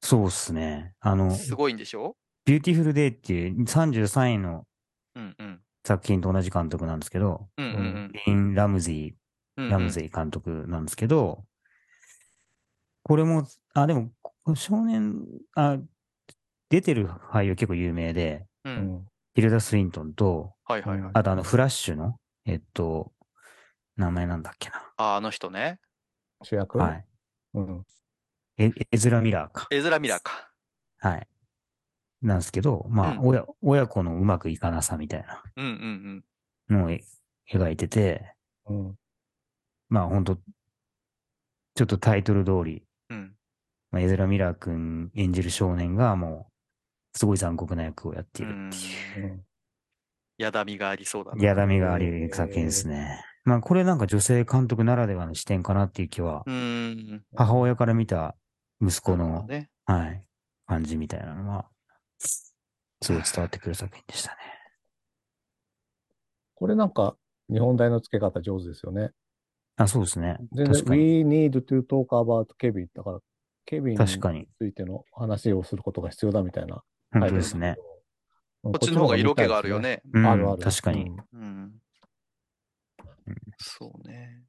Speaker 2: そうっすね。あの、
Speaker 1: すごいんでしょ
Speaker 2: ビューティフルデイっていう33位の
Speaker 1: うんうん。
Speaker 2: 作品と同じ監督なんですけど、
Speaker 1: うんうんうん
Speaker 2: ディーン・ラムゼ
Speaker 1: うんう
Speaker 2: イ、
Speaker 1: ん。
Speaker 2: ラムゼイ監督なんですけど、これも、あ、でも、こ少年、あ、出てる俳優結構有名で、
Speaker 1: う。
Speaker 3: うんん。
Speaker 2: ヒルダ・スウィントンと、
Speaker 1: はいはいはい。
Speaker 2: あとあの、フラッシュの、えっと、名前なんだっけな。
Speaker 1: ああの人ね。
Speaker 3: 主役
Speaker 2: はい。
Speaker 3: うん。
Speaker 2: えエズラ・ミラーか。
Speaker 1: エズラ・ミラーか。
Speaker 2: はい。なんですけど、まあ、
Speaker 1: うん
Speaker 2: 親、親子のうまくいかなさみたいな
Speaker 1: うんうんうん。
Speaker 2: のをえ描いてて、
Speaker 3: うん。
Speaker 2: まあ、ほんと、ちょっとタイトル通り、
Speaker 1: うん。
Speaker 2: まあ、エズラ・ミラー君演じる少年がもう、すごい残酷な役をやっているっていう
Speaker 3: うんん
Speaker 1: やだみがありそうだな。
Speaker 2: やだみがある作品ですね。まあ、これなんか女性監督ならではの視点かなっていう気は
Speaker 1: う、ーん。
Speaker 2: 母親から見た息子
Speaker 1: そうだ
Speaker 2: の、
Speaker 1: ね。
Speaker 2: はい、感じみたいなのは、すごい伝わってくる作品でしたね。
Speaker 3: これなんか、日本代の付け方上手ですよね。
Speaker 2: あ、そうですね。
Speaker 3: 全然
Speaker 2: 確かに。
Speaker 3: We need to talk about Kevin だから、ケビンにつ
Speaker 2: 確かに。
Speaker 3: いての話をすることが必要だみたいな。
Speaker 2: 本当ですね。
Speaker 3: うん。
Speaker 1: こ
Speaker 3: こ
Speaker 1: っちの方が色気があるよ
Speaker 3: ね。
Speaker 1: ね。
Speaker 2: うん
Speaker 3: あるある。
Speaker 2: 確かに。
Speaker 1: うん。そうね。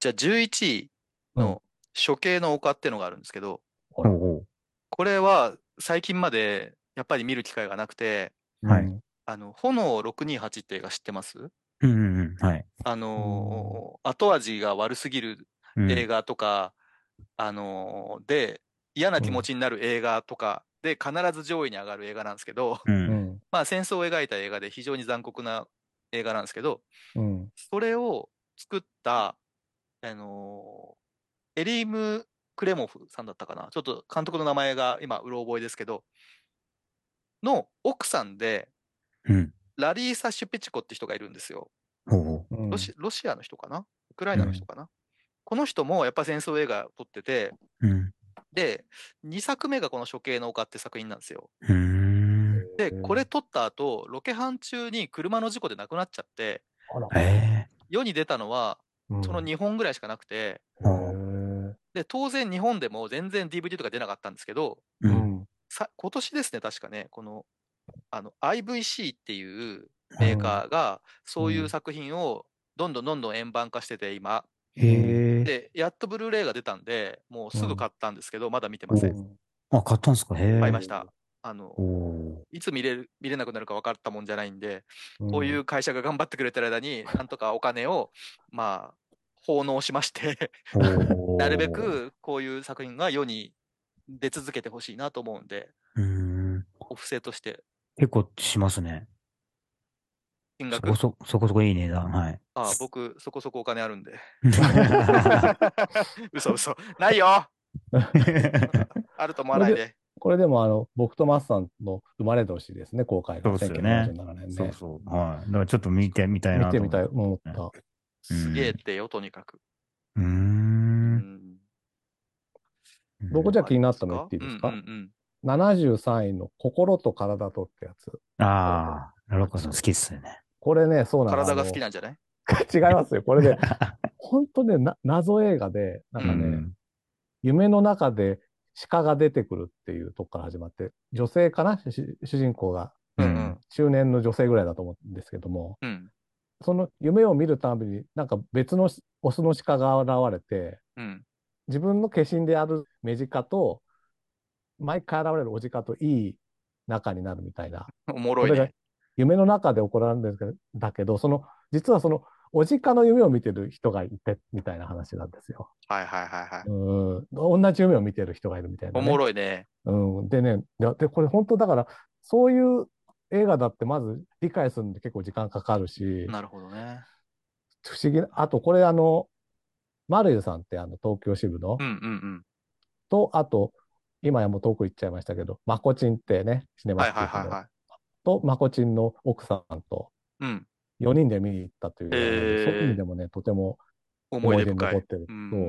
Speaker 1: じゃあ11位の処刑の丘ってのがあるんですけど、
Speaker 3: ほ
Speaker 2: お
Speaker 3: ら
Speaker 2: うおう
Speaker 1: これは最近までやっぱり見る機会がなくて、
Speaker 3: うん。
Speaker 2: はい
Speaker 3: うん
Speaker 1: あの、炎628って映画知ってます
Speaker 2: うんうんうん。はい。
Speaker 1: あのー後味が悪すぎる
Speaker 2: うん
Speaker 1: 映画とか、あのーで、嫌な気持ちになる映画とかで必ず上位に上がる映画なんですけど、 (laughs)
Speaker 2: う。
Speaker 3: うんん。
Speaker 1: まあ戦争を描いた映画で非常に残酷な映画なんですけど、
Speaker 3: うん。
Speaker 1: それを作った、あのーエリーム・クレモフさんだったかな。ちょっと監督の名前が今、うろ覚えですけど、の奥さんで、
Speaker 2: うん。
Speaker 1: ラリーサ・シュペチコって人がいるんですよ。
Speaker 2: ほうほ
Speaker 3: うん
Speaker 1: ロシロシアの人かなウクライナの人かな、この人もやっぱ戦争映画撮ってて、
Speaker 2: う。うん。
Speaker 1: で、2作目がこの処刑の丘って作品なんですよ。
Speaker 2: うーん。
Speaker 1: で、
Speaker 3: うん
Speaker 1: これ撮った後、ロケハン中に車の事故で亡くなっちゃって、
Speaker 3: あら
Speaker 2: え
Speaker 1: 世に出たのは
Speaker 3: うん
Speaker 1: その2本ぐらいしかなくて、
Speaker 2: ー
Speaker 3: へー
Speaker 1: で、当然日本でも全然 DVD とか出なかったんですけど、
Speaker 2: え。う。
Speaker 3: うんん。
Speaker 1: さ今年ですね、確かね、このあの IVC っていうメーカーが、そういう作品をどんどんどんどん円盤化してて、今。
Speaker 2: へえ。
Speaker 1: で、やっとブルーレイが出たんで、もうす
Speaker 3: う
Speaker 1: ぐ
Speaker 3: ん
Speaker 1: 買ったんですけど、まだ見てません。
Speaker 2: あ、買ったんすかへえ。
Speaker 1: 買いました。あの
Speaker 2: お、お
Speaker 1: いつ見れる見れなくなるか分かったもんじゃないんで、
Speaker 3: うん
Speaker 1: こういう会社が頑張ってくれてる間に、なんとかお金を、まあ、奉納しまして、
Speaker 2: ー。おー
Speaker 1: なるべ。くこういう作品が世に出続けてほしいなと思うんで、
Speaker 2: うーん。
Speaker 1: お布施として
Speaker 2: 結構しますね。
Speaker 1: 金
Speaker 2: そ
Speaker 1: 額
Speaker 2: こ、そ、そこそこいい値段。はい。
Speaker 1: ああ僕、そこそこお金あるん
Speaker 3: (laughs)
Speaker 1: で。 (laughs)
Speaker 2: は
Speaker 1: 嘘嘘。ないよあると思わないで。
Speaker 3: これでもあの、僕とマスさんの生まれ年ですね、公開が。
Speaker 2: そうですよね
Speaker 3: 1977年
Speaker 2: い
Speaker 3: ね。
Speaker 2: そうそう。はい。だからちょっと見てみたいなと
Speaker 3: 見て
Speaker 2: 思
Speaker 3: みたい、思った。
Speaker 2: うん
Speaker 1: すげえってよ、とにかく。
Speaker 2: うー。
Speaker 1: うんん
Speaker 3: どこじゃ気になったの言っていいですか
Speaker 1: うんうん
Speaker 3: 73位の心と体とってやつ。
Speaker 2: ああ、ラロッカさん好きっすよね。
Speaker 3: これね、そう
Speaker 1: うん
Speaker 3: なの。
Speaker 1: 体が好き
Speaker 3: な。
Speaker 1: なんじゃない
Speaker 3: (laughs) 違いますよ。これね、本当ね、な謎映画で、なん
Speaker 2: う
Speaker 3: かね、
Speaker 2: ん。
Speaker 3: 夢の中で鹿が出てくるっていうとこから始まって、女性かなし主人公が、
Speaker 1: う
Speaker 2: うんん
Speaker 1: うん
Speaker 3: 中年の女性ぐらいだと思うんですけども、
Speaker 1: うん。
Speaker 3: その夢を見るたびに、なんか別のオスの鹿が現れて、
Speaker 1: うん。 (laughs)
Speaker 3: 自分の化身であるメジカと、毎回現れるオジカといい仲になるみたいな。
Speaker 1: おもろ
Speaker 3: こ
Speaker 1: い
Speaker 3: れが
Speaker 1: ね。
Speaker 3: 夢の中で起こられるんですけど、だけど、その、実はその、おじかの夢を見てる人がいて、みたいな話なんですよ。
Speaker 1: はいはいはいはい。
Speaker 3: うん。同じ夢を見てる人がいるみたいな、
Speaker 1: お
Speaker 3: ね。
Speaker 1: もろいね。
Speaker 3: うん。でね、で、でこれ本当だから、そういう映画だってまず理解するのに結構時間かかるし、
Speaker 1: なるほどね。
Speaker 3: 不思議な、あとこれあの、マルユさんってあの、東京支部の、
Speaker 1: うんうん
Speaker 3: と、あと、今やもう遠く行っちゃいましたけど、マコチンってね、シネ
Speaker 1: うん。
Speaker 3: マ
Speaker 1: はい
Speaker 3: ステ
Speaker 1: は
Speaker 3: ィ
Speaker 1: いは
Speaker 3: ック
Speaker 1: い
Speaker 3: の
Speaker 1: は
Speaker 3: と、マコチンの奥さんと、
Speaker 1: い。うん。
Speaker 3: 4人で見に行ったという、
Speaker 1: へー
Speaker 3: そういう意味でもね、とても
Speaker 1: 思
Speaker 3: 思
Speaker 1: い
Speaker 3: い
Speaker 1: 出
Speaker 3: 出に
Speaker 1: 深
Speaker 3: 残っ
Speaker 1: い。
Speaker 3: てる。
Speaker 1: うん
Speaker 3: そう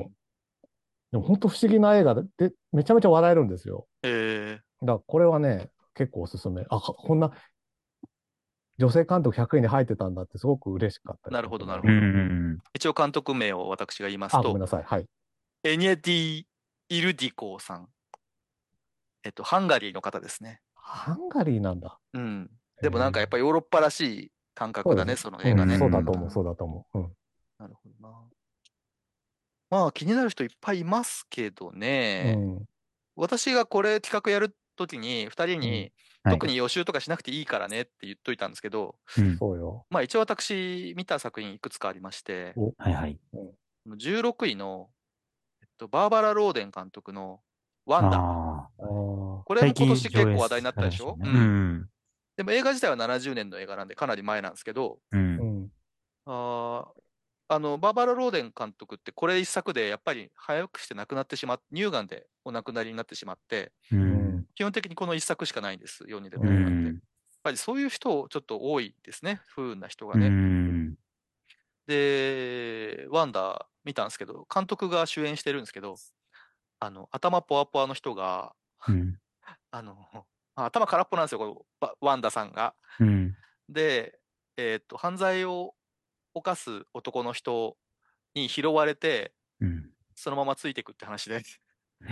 Speaker 3: でも本当不思議な映画で、でめちゃめちゃ笑えるんですよ。
Speaker 1: え
Speaker 3: だからこれはね、結構おすすめ。あ、こんな、女性監督100位に入ってたんだってすごく嬉しかったです。
Speaker 1: なるほどなるほ
Speaker 2: う
Speaker 1: ど
Speaker 2: んうん
Speaker 1: 一応監督名を私が言います
Speaker 3: あ、ごめん
Speaker 1: と、
Speaker 3: なさい。はい。
Speaker 1: エニエディ・イルディコーさん。えっと、ハンガリーの方ですね。
Speaker 3: ハンガリーなんだ。
Speaker 1: うん。でもなんかやっぱヨーロッパらしい感覚だね、その
Speaker 3: うん
Speaker 1: 映画ね。
Speaker 3: そうだと思う、そうだと思う。うん。
Speaker 1: なるほどな。まあ気になる人いっぱいいますけどね。
Speaker 3: うん
Speaker 1: 私がこれ企画やるときに、2人に、
Speaker 2: うんはい
Speaker 1: 特に予習とかしなくていいからねって言っといたんですけど、
Speaker 2: うん。
Speaker 3: そうよ。
Speaker 1: まあ一応私見た作品いくつかありまして、
Speaker 2: はいはい。
Speaker 1: 16位の、えっと、バーバラ・ローデン監督のワンダ。
Speaker 2: あ
Speaker 3: あー
Speaker 1: こ
Speaker 2: あ。
Speaker 1: れも今
Speaker 2: 最近
Speaker 1: 年結
Speaker 2: 上
Speaker 1: 構
Speaker 2: 映
Speaker 1: 話題になったでしょ
Speaker 2: さ
Speaker 1: う
Speaker 2: れまた
Speaker 1: ん
Speaker 2: ねうん。
Speaker 1: でも映画自体は70年の映画なんでかなり前なんですけど、
Speaker 2: う。
Speaker 3: うんん。
Speaker 1: あーあのバーバラ・ローデン監督ってこれ一作でやっぱり早くして亡くなってしまっ乳がんでお亡くなりになってしまって
Speaker 2: う。
Speaker 3: うんん。
Speaker 1: 基本的にこの一作しかないんです世に出た
Speaker 2: う
Speaker 1: 映画って、やっ
Speaker 2: ん。
Speaker 1: ぱりそういう人ちょっと多いですね不運な人が
Speaker 2: う
Speaker 1: ね、
Speaker 2: ん。
Speaker 1: でワンダ見たんですけど監督が主演してるんですけどあの頭ポワポワの人が
Speaker 2: うん。
Speaker 1: あの (laughs) まあ頭空っぽなんですよこのワワンダさんが
Speaker 2: うん。
Speaker 1: で、えーっと犯罪を犯す男の人に拾われて
Speaker 2: うん。
Speaker 1: そのままついていくって話で、 (laughs)
Speaker 2: うん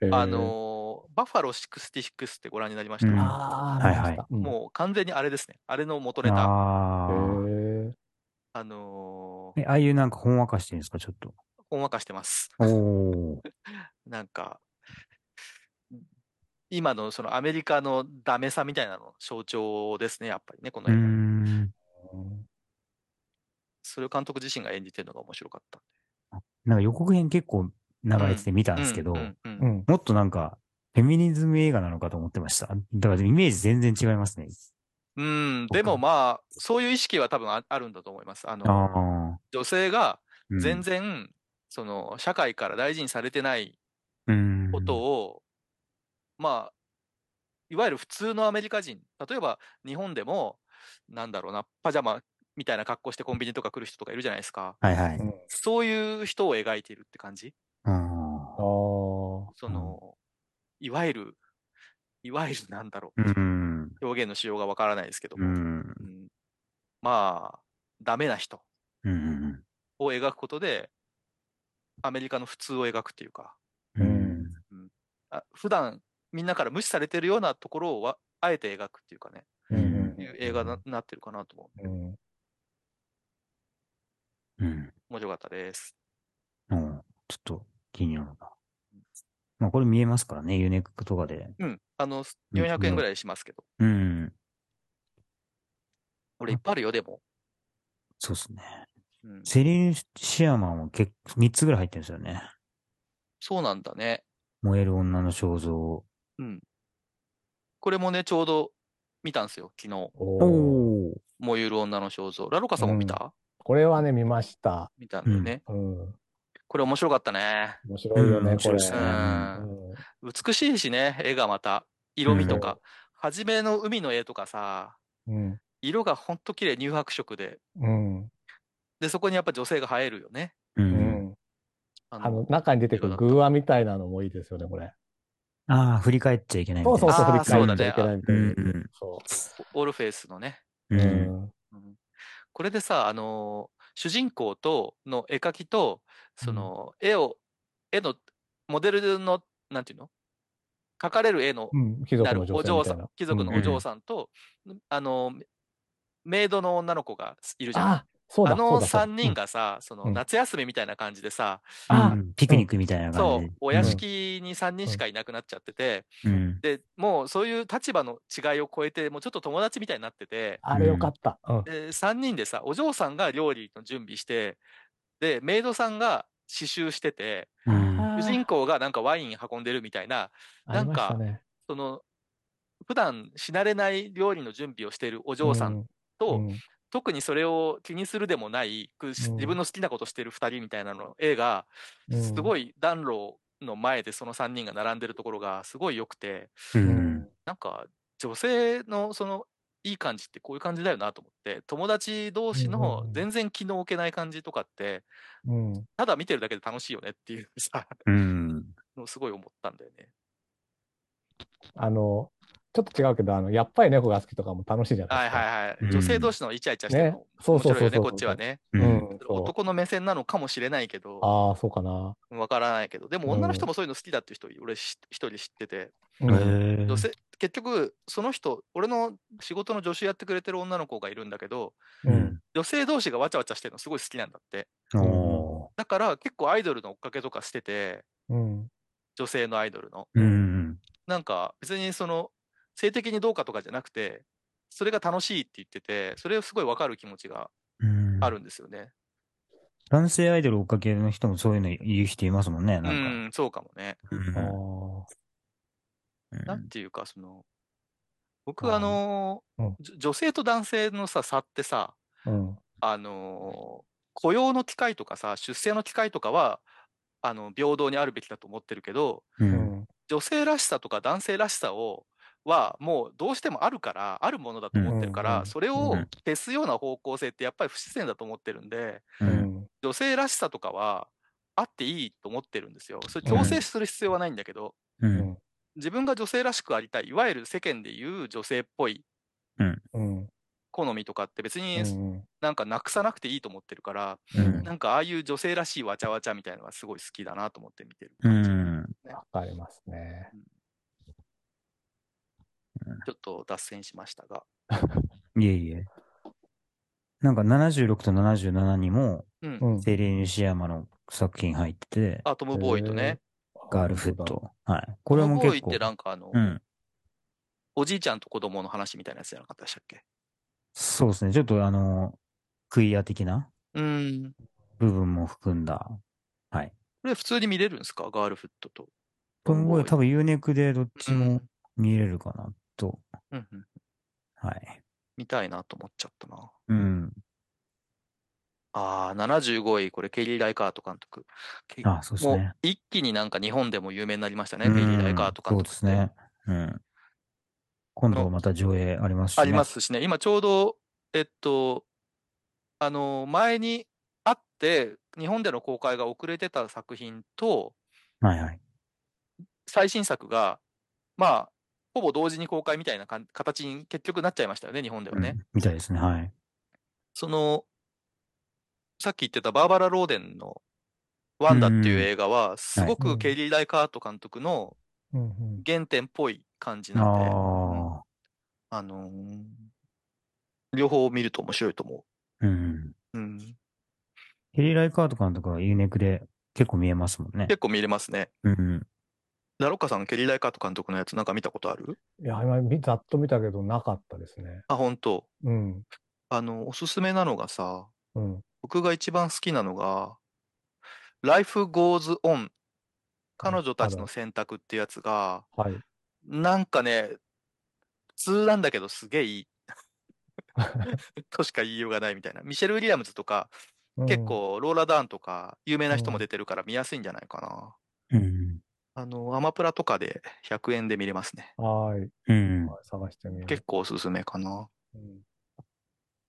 Speaker 3: えー
Speaker 1: あ、のーバッファロー66ってご覧になりました、
Speaker 2: うん
Speaker 3: あー
Speaker 2: はいはい。
Speaker 3: も
Speaker 1: もう完全にあれですねあれの元ネタあ、
Speaker 2: ああ。
Speaker 3: えー
Speaker 1: のー
Speaker 2: え、ああいうなんかほんわかしてるんですか、ちょっと。
Speaker 1: ほんわかしてます
Speaker 2: お (laughs) お。
Speaker 1: なんか今のそのアメリカのダメさみたいなの象徴ですねやっぱりねこの
Speaker 2: う
Speaker 1: 映画、
Speaker 2: ん。
Speaker 1: それを監督自身が演じてるのが面白かった
Speaker 2: なんか予告編結構流れてて見たん
Speaker 1: ん
Speaker 2: ですけど、
Speaker 1: う
Speaker 2: も
Speaker 1: んうんうん
Speaker 3: うん。
Speaker 2: っとなんか、フェミニズム映画なのかと思ってました。だからイメージ全然違いますね。
Speaker 1: うんでもまあそういう意識は多分ああるんだと思いますあの
Speaker 2: ああ。
Speaker 1: 女性が
Speaker 2: うん
Speaker 1: 全然、その社会から大事にされてない
Speaker 2: うん
Speaker 1: ことを、まあ、いわゆる普通のアメリカ人、例えば日本でも、なんだろうな、パジャマみたいな格好してコンビニとか来る人とかいるじゃないですか。
Speaker 2: はいはい。
Speaker 3: うん
Speaker 1: そういう人を描いているって感じ。
Speaker 2: あ
Speaker 3: あー
Speaker 1: その、いわゆる、いわゆるなんだろ
Speaker 2: ーうん。
Speaker 1: う、表現のしようがわからないですけど
Speaker 2: う
Speaker 1: も、
Speaker 2: ん。
Speaker 1: うんまあ、ダメな人
Speaker 2: うん。
Speaker 1: を描くことで、アメリカの普通を描くっていうか、
Speaker 2: うん。
Speaker 1: あ普段みんなから無視されてるようなところをわあえて描くっていうかね、
Speaker 2: うん
Speaker 3: うん
Speaker 1: いう映画ななってるかなと思う。
Speaker 3: うん
Speaker 2: うん。
Speaker 1: 面白かったです。
Speaker 2: うんちょっと気になるな。まあこれ見えますからね、ユネックとかで。
Speaker 1: うん。あの、す
Speaker 2: うん
Speaker 1: 400円ぐらいしますけど。
Speaker 2: うん。
Speaker 1: 俺いっぱいあるよ、でも。
Speaker 2: そうですね。
Speaker 1: うん、
Speaker 2: セリーシアマンは結構3つぐらい入ってるんですよね。
Speaker 1: そうなんだね。
Speaker 2: 燃える女の肖像。
Speaker 1: これもね、ちょうど見たんですよ、昨日。
Speaker 3: おー
Speaker 2: おー。
Speaker 1: 燃ゆる女の肖像。ラロカさんも見た、
Speaker 3: これはね、見ました。
Speaker 1: 見たんだよね。
Speaker 3: うん。
Speaker 1: これ面白かったね。
Speaker 3: 面白いよ
Speaker 2: うん
Speaker 3: ね、こ
Speaker 2: 面白い
Speaker 3: れ。
Speaker 2: です
Speaker 1: う
Speaker 2: ね
Speaker 1: ん。
Speaker 3: うん
Speaker 1: 美しいしね、絵がまた。色味と
Speaker 3: う
Speaker 1: か。初めの海の絵とかさ、
Speaker 3: うん。
Speaker 1: 色がほんと綺麗、乳白色で。
Speaker 3: うん。
Speaker 1: で、そこにやっぱ女性が映えるよね。
Speaker 2: う。
Speaker 3: うんん。
Speaker 1: あ
Speaker 3: あの、中に出てくる偶話みたいなのもいいですよね、これ。
Speaker 2: ああ、振り返っちゃいけないみた
Speaker 3: そう
Speaker 2: い
Speaker 3: そ
Speaker 2: な。
Speaker 3: うそう、
Speaker 1: あー
Speaker 3: 振り返っちゃいけないみたいな
Speaker 2: そうだねあうんうん。
Speaker 3: そ
Speaker 1: オルフェイスのね。
Speaker 2: う。
Speaker 3: う。うんん。
Speaker 1: うんこれでさ、あのー主人公との絵描きと、その絵を、絵の、モデルの、なんていうの描かれる絵の、
Speaker 3: うん。貴
Speaker 1: な
Speaker 3: 族
Speaker 1: る
Speaker 3: の
Speaker 1: お
Speaker 3: 女性
Speaker 1: 嬢
Speaker 3: み
Speaker 1: さ
Speaker 3: たい
Speaker 1: ん
Speaker 3: な、。
Speaker 1: 貴族の
Speaker 2: うん
Speaker 1: お嬢さんと、あのーメイドの女の子がいるじゃん。
Speaker 3: あ、そうだ。
Speaker 1: あの
Speaker 3: そうだ
Speaker 1: 3人。がさ、その
Speaker 3: うん
Speaker 1: 夏休みみたいな感じでさ、
Speaker 3: あ
Speaker 2: うんピクニックみたいな
Speaker 1: そ
Speaker 2: 感じ
Speaker 1: う
Speaker 2: で。、
Speaker 1: お屋敷に3人しかいなくなっちゃってて、
Speaker 2: うん。
Speaker 1: で、もうそういう立場の違いを超えて、もうちょっと友達みたいになってて、
Speaker 3: そうあれよかった。うん。
Speaker 1: で3人でさお嬢さんが料理の準備してでメイドさんが刺繍してて
Speaker 2: うん。
Speaker 1: 主人公がなんかワイン運んでるみたいな
Speaker 3: ありましたね、
Speaker 1: その普段し慣れない料理の準備をしているお嬢さん
Speaker 3: う
Speaker 1: と、
Speaker 3: ん、うん
Speaker 1: 特にそれを気にするでもないく自
Speaker 3: うん
Speaker 1: 分の好きなことしてる2人みたいなの絵が
Speaker 3: うん
Speaker 1: すごい暖炉の前でその3人が並んでるところがすごい良くて
Speaker 2: う
Speaker 3: うんん。
Speaker 1: なんか女性のそのいい感じってこういう感じだよなと思って友達同士
Speaker 3: うんうん
Speaker 1: の
Speaker 3: うん
Speaker 1: 全然気の置けない感じとかって
Speaker 3: うん
Speaker 1: ただ見てるだけで楽しいよねっていう (laughs) さ
Speaker 2: うん。
Speaker 1: のをすごい思ったんだよね。
Speaker 3: あのちょっと違うけど、あの、やっぱり猫が好きとかも楽しいじゃな
Speaker 1: はい
Speaker 3: いですか。
Speaker 1: はいはい。
Speaker 2: うん
Speaker 1: 女性同士のイチャイチャしてるの、
Speaker 3: ねそう
Speaker 1: 面
Speaker 3: そう
Speaker 1: 白い
Speaker 3: そ
Speaker 1: よね、
Speaker 3: うそう
Speaker 1: こっちはね。
Speaker 2: うん
Speaker 3: うん、そう
Speaker 1: 男の目線なのかもしれないけど、
Speaker 3: ああ、そうかな。
Speaker 1: わからないけど、でも
Speaker 3: うん
Speaker 1: 女の人もそういうの好きだっていう人、俺し一人知ってて、
Speaker 2: へ
Speaker 3: うん、
Speaker 2: ー
Speaker 1: 女性、結局、その人、俺の仕事の助手やってくれてる女の子がいるんだけど、
Speaker 2: う
Speaker 3: う
Speaker 2: んん。
Speaker 1: 女性同士がわちゃわちゃしてるのすごい好きなんだって。
Speaker 2: お
Speaker 1: だから結構アイドルの追っかけとかしてて、
Speaker 3: うん。
Speaker 1: 女性のアイドルの。
Speaker 2: ーうん。
Speaker 1: なんか別にその性的にどうかとかじゃなくて、それが楽しいって言ってて、それをすごいわかる気持ちが
Speaker 2: うん
Speaker 1: あるんですよね。
Speaker 2: 男性アイドル追っかけの人もそういうの言う人いますもんね、
Speaker 1: う
Speaker 2: なんか。
Speaker 1: ん、そうかもね。
Speaker 2: うん
Speaker 3: あー
Speaker 2: うん
Speaker 1: なんていうか、その、僕、
Speaker 3: あー
Speaker 1: あのー
Speaker 3: うん
Speaker 1: じょ女性と男性のさ、差ってさ、
Speaker 3: うん。
Speaker 1: あのー雇用の機会とかさ、出世の機会とかは、あの、平等にあるべきだと思ってるけど、
Speaker 2: う
Speaker 3: うんん。
Speaker 1: 女性らしさとか男性らしさを、はもうどうしてもあるから、あるものだと思ってるか
Speaker 3: うんうん
Speaker 1: ら、
Speaker 3: うん
Speaker 1: それを
Speaker 2: うん
Speaker 1: 消すような方向性ってやっぱり不自然だと思ってるんで、
Speaker 2: う。
Speaker 3: うんん。
Speaker 1: 女性らしさとかはあっていいと思ってるんですよ。それ
Speaker 2: う
Speaker 1: 強
Speaker 2: ん
Speaker 1: 制する必要はないんだけど、
Speaker 2: う。
Speaker 3: うんん。
Speaker 1: 自分が女性らしくありたい、いわゆる世間でいう女性っぽい
Speaker 3: うん。
Speaker 1: 好みとかって別に
Speaker 3: うん
Speaker 1: なんかなくさなくていいと思ってるから、
Speaker 2: うん
Speaker 1: なんかああいう女性らしいわちゃわちゃみたいなのがすごい好きだなと思って見てる。
Speaker 2: うん。
Speaker 3: わかります
Speaker 1: (laughs)
Speaker 3: ね。
Speaker 1: ちょっと脱線しましたが。
Speaker 2: いえいえ。なんか76と77にも、
Speaker 1: うん
Speaker 3: う。ん。
Speaker 2: セリーヌ・シヤマの作品入ってて、
Speaker 1: あ、トム・ボーイとね。
Speaker 2: ガールフット。はい。こ
Speaker 1: ト
Speaker 2: れ
Speaker 1: ム・
Speaker 2: も
Speaker 1: ボーイ
Speaker 2: 結
Speaker 1: っ
Speaker 2: 構
Speaker 1: て。なんかあの、
Speaker 2: うん。
Speaker 1: おじいちゃんと子供の話みたいなやつじゃなかったでしたっけ
Speaker 2: そうですね。ちょっとあの、クイア的な
Speaker 1: うーん。
Speaker 2: 部分も含んだ。はい。
Speaker 1: これ普通に見れるんですかガールフットと。
Speaker 2: トム・ボーイ多分 U ネクでどっち
Speaker 1: う
Speaker 2: も
Speaker 1: ん
Speaker 2: 見れるかなと。
Speaker 1: うんうん。
Speaker 2: はい。
Speaker 1: 見たいなと思っちゃったな。
Speaker 2: うん。
Speaker 1: ああ、75位、これ、ケリー・ライカート監督。ケ
Speaker 2: あ、そうです
Speaker 1: も
Speaker 2: ね
Speaker 1: う。一気になんか日本でも有名になりましたね、
Speaker 2: う
Speaker 1: ケ
Speaker 2: ん
Speaker 1: リー・ライカート監
Speaker 2: そう
Speaker 1: 督
Speaker 2: で
Speaker 1: って。
Speaker 2: すね。うん。今度また上映ありますし、ね。
Speaker 1: ありま。すしね、今ちょうど、えっと、あの、前にあって、日本での公開が遅れてた作品と、
Speaker 2: はいはい。
Speaker 1: 最新作が、まあ、ほぼ同時に公開みたいなかん形に結局なっちゃいましたよね、日本ではね。
Speaker 2: うんみたいですね。はい。
Speaker 1: その、さっき言ってたバーバラ・ローデンのワンダっていう映画は、すご
Speaker 3: は
Speaker 1: く
Speaker 3: い
Speaker 1: ケリー・ライカート監督の
Speaker 3: うん。うん。
Speaker 1: 原点っぽい感じ
Speaker 2: あ
Speaker 1: なんで、うん
Speaker 2: あ。
Speaker 1: あのー両方見ると面白いと思
Speaker 2: うん。
Speaker 1: う。うん、
Speaker 2: ヘリー・ライカート監督は U ネクで結構見えますもんね。
Speaker 1: 結構見れますね。
Speaker 2: うん。
Speaker 1: ラロッカさん、ケリー・ライカート監督のやつなんか見たことある
Speaker 3: いや、今、みざっと見たけど、なかったですね。
Speaker 1: あ、本当
Speaker 3: うん。
Speaker 1: あの、おすすめなのがさ、
Speaker 3: うん。
Speaker 1: 僕が一番好きなのが、Life Goes On 彼女たちの選択ってやつが、
Speaker 3: はい。
Speaker 1: (laughs) なんかね、普通なんだけどすげえいい。としか言いようがないみたいな。ミシェル・ウィリアムズとか、
Speaker 3: うん
Speaker 1: 結。構ローラ・ダーンとか、有名な人も
Speaker 3: うん
Speaker 1: 出てるから見やすいんじゃないかな。
Speaker 2: うん。
Speaker 1: あの、アマプラとかで100円で見れますね。
Speaker 3: はーい。
Speaker 2: うん。
Speaker 3: はい探してみよ
Speaker 1: 結構おすすめかな。
Speaker 3: ううん。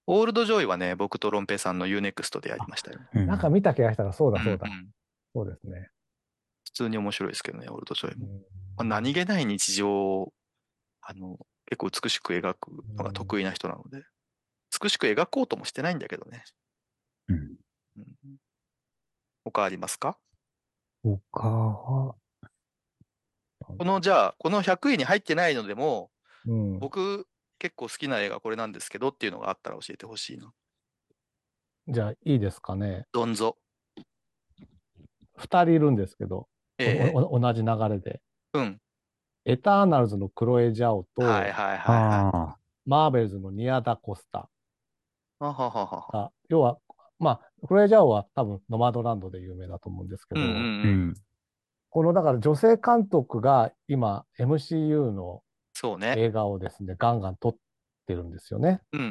Speaker 1: オールド・ジョイはね、僕とロンペイさんの UNEXT でやりましたよ。
Speaker 2: う
Speaker 3: なんか見た気がしたら、そうだ、そうだ
Speaker 1: ん。ん
Speaker 3: そうですね。
Speaker 1: 普通に面白いですけどね、オールド・ジョイ
Speaker 3: う
Speaker 1: も。
Speaker 3: ん
Speaker 1: まあ何気ない日常を、あの、結構美しく描くのが得意な人なので、美しく描こうともしてないんだけどね。
Speaker 2: うん。
Speaker 1: うん他ありますか
Speaker 2: 他は、
Speaker 1: このじゃあ、この100位に入ってないのでも、
Speaker 3: うん。
Speaker 1: 僕結構好きな映画これなんですけどっていうのがあったら教えてほしいな。
Speaker 3: じゃあ、いいですかね。
Speaker 1: どんぞ。
Speaker 3: 二人いるんですけど、
Speaker 1: ええ
Speaker 3: おお同じ流れで。
Speaker 1: うん。
Speaker 3: エターナルズのクロエ・ジャオと、
Speaker 1: はいはいはいはい。
Speaker 2: ああ、
Speaker 3: マーベルズのニアダ・コスタ
Speaker 1: あはははは。
Speaker 3: が、要は、まあ、クロエ・ジャオは多分、ノマドランドで有名だと思うんですけ
Speaker 1: う
Speaker 3: ど、
Speaker 1: んうん
Speaker 2: う
Speaker 1: うん。
Speaker 2: ん。
Speaker 3: この、だから女性監督が今、MCU の
Speaker 1: そうね。
Speaker 3: 映画をですね、ガンガン撮ってるんですよね。
Speaker 1: うんうんう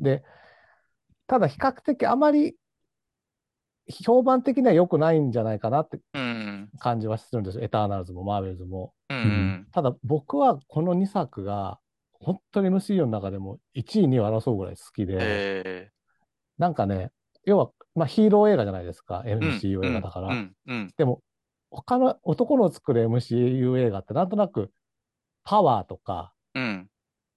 Speaker 1: ん。
Speaker 3: で、ただ比較的あまり、評判的には良くないんじゃないかなって
Speaker 1: うん
Speaker 3: 感じはするんですよ。エターナルズもマーベルズも。
Speaker 1: うんうん。
Speaker 3: ただ僕はこの2作が本当に MCU の中でも1位に争うぐらい好きで、
Speaker 1: ええ
Speaker 3: なんかね、要は、まあ、ヒーロー映画じゃないですか、MCU 映画だから。
Speaker 1: うんうん。
Speaker 3: でも、他の男の作る MCU 映画ってなんとなくパワーとか、
Speaker 1: うん。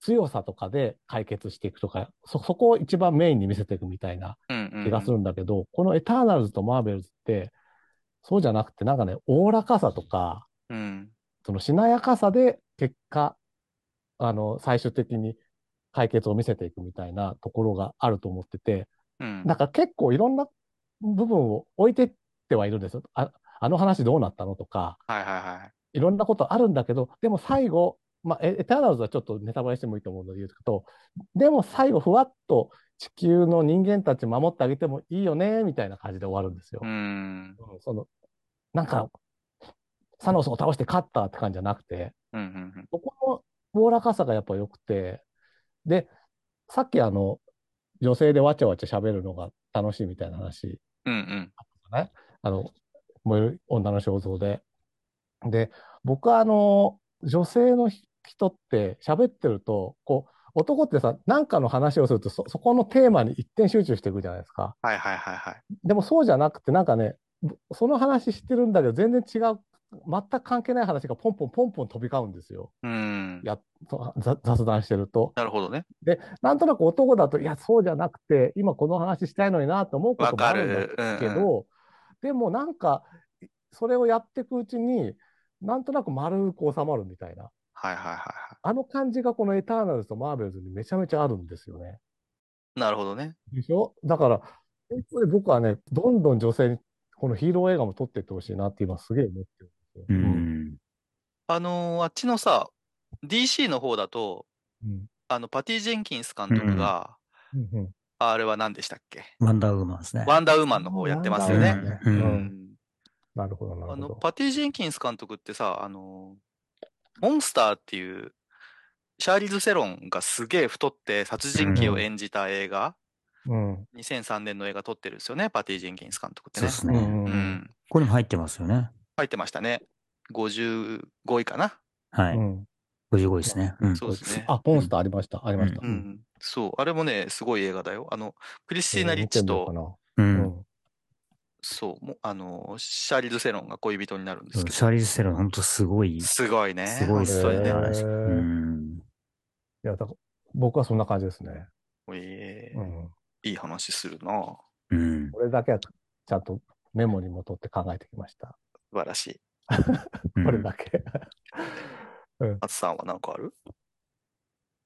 Speaker 3: 強さとかで解決していくとか、そ、そこを一番メインに見せていくみたいな
Speaker 1: うんうん。
Speaker 3: 気がするんだけど、このエターナルズとマーベルズって、そうじゃなくて、なんかね、おおらかさとか、
Speaker 1: うん。
Speaker 3: そのしなやかさで結果、あの、最終的に解決を見せていくみたいなところがあると思ってて、
Speaker 1: うん。
Speaker 3: なんか結構いろんな部分を置いてってはいるんですよ。あ、あの話どうなったのとか、
Speaker 1: はいはいはい。
Speaker 3: いろんなことあるんだけど、でも最後、まあ、エエターナルズはちょっとネタバレしてもいいと思うので言うと、でも最後、ふわっと地球の人間たち守ってあげてもいいよね、みたいな感じで終わるんですよ
Speaker 1: う。ん。
Speaker 3: うんその、なんか、サノスを倒して勝ったって感じじゃなくて、
Speaker 1: うんうん
Speaker 3: ここのおおらかさがやっぱ良くて、で、さっきあの、女性でわちゃわちゃ喋るのが楽しいみたいな話
Speaker 1: うん。うん
Speaker 3: あの、燃える女の肖像で。で、僕はあの、女性の人って喋ってると、こう、男ってさ、なんかの話をするとそ、そこのテーマに一点集中していくじゃないですか。
Speaker 1: はいはいはいはい。
Speaker 3: でもそうじゃなくて、なんかね、その話してるんだけど、全然違う、全く関係ない話がポンポンポンポン飛び交うんですよ。
Speaker 1: うん。
Speaker 3: やそ雑雑談してると。
Speaker 1: なるほどね。
Speaker 3: なんとなく男だと、いや、そうじゃなくて、今この話したいのになと思うこ
Speaker 1: わ
Speaker 3: ともあ
Speaker 1: か
Speaker 3: る
Speaker 1: る。
Speaker 3: んだけど
Speaker 1: うんうん
Speaker 3: けど、でもなんか、それをやっていくうちに、なんとなく丸く収まるみたいな。
Speaker 1: はいはいはいは
Speaker 3: あの感じがこのエターナルズとマーベルズにめちゃめちゃあるんですよね。
Speaker 1: い。なるほどね。
Speaker 3: でしょだから、本当に僕はね、どんどん女性にこのヒーロー映画も撮っていってほしいなって今すげえ思ってるんで
Speaker 2: う
Speaker 3: すよ。
Speaker 2: ん。
Speaker 1: あのーあっちのさ、DC の方だと、
Speaker 3: うん。
Speaker 1: あの、パティ・ジェンキンス監督が、
Speaker 3: うんうん
Speaker 1: あれは何でしたっけ
Speaker 2: ワンダーウーマンですね。
Speaker 1: ワンダーウーマンの方やってますよ
Speaker 2: ワ
Speaker 1: ね
Speaker 2: ン。ダーウーマ
Speaker 1: うん
Speaker 2: ン
Speaker 3: うん。
Speaker 1: ん。
Speaker 3: なるほど、
Speaker 1: あ
Speaker 3: なるほ
Speaker 1: の、
Speaker 3: ど。
Speaker 1: パティ・ジェンキンス監督ってさ、あのー、モンスターっていう、シャーリーズ・セロンがすげえ太って殺人鬼を演じた映画、
Speaker 3: うん。
Speaker 1: 2003年の映画撮ってるんですよね、パティ・ジェンキンス監督って
Speaker 2: そう
Speaker 1: ね
Speaker 2: で。すね。
Speaker 3: う
Speaker 2: こ
Speaker 3: んう。
Speaker 1: うんん。
Speaker 2: こにも入ってますよね。
Speaker 1: 入ってましたね。55位かな。
Speaker 2: は
Speaker 3: う
Speaker 2: い。
Speaker 3: ん。
Speaker 2: 55ですね。うん。
Speaker 1: そうですね。
Speaker 3: あ、モンスターありました。ありました。
Speaker 1: う
Speaker 3: うん
Speaker 1: ん。そう。あれもね、すごい映画だよ。あの、クリスティーナ・リッチ
Speaker 3: 見てみよう
Speaker 1: と
Speaker 3: か、な
Speaker 2: う。
Speaker 3: うんん。
Speaker 1: そう、もうあの、シャーリーズ・セロンが恋人になるんですけ
Speaker 2: シャーリーズ・セロン、本当すごい
Speaker 1: ど。、すごいね。
Speaker 2: すごいっすよね、
Speaker 3: へー
Speaker 2: あれ。うん。
Speaker 3: いや、だから僕はそんな感じですね。
Speaker 1: おいえ
Speaker 3: うん。
Speaker 1: いい話するな。素
Speaker 2: うん。
Speaker 3: これだけはちゃんとメモにも取って考えてきました。
Speaker 1: 晴らしい。
Speaker 3: これだけ。
Speaker 1: あつさんは何かある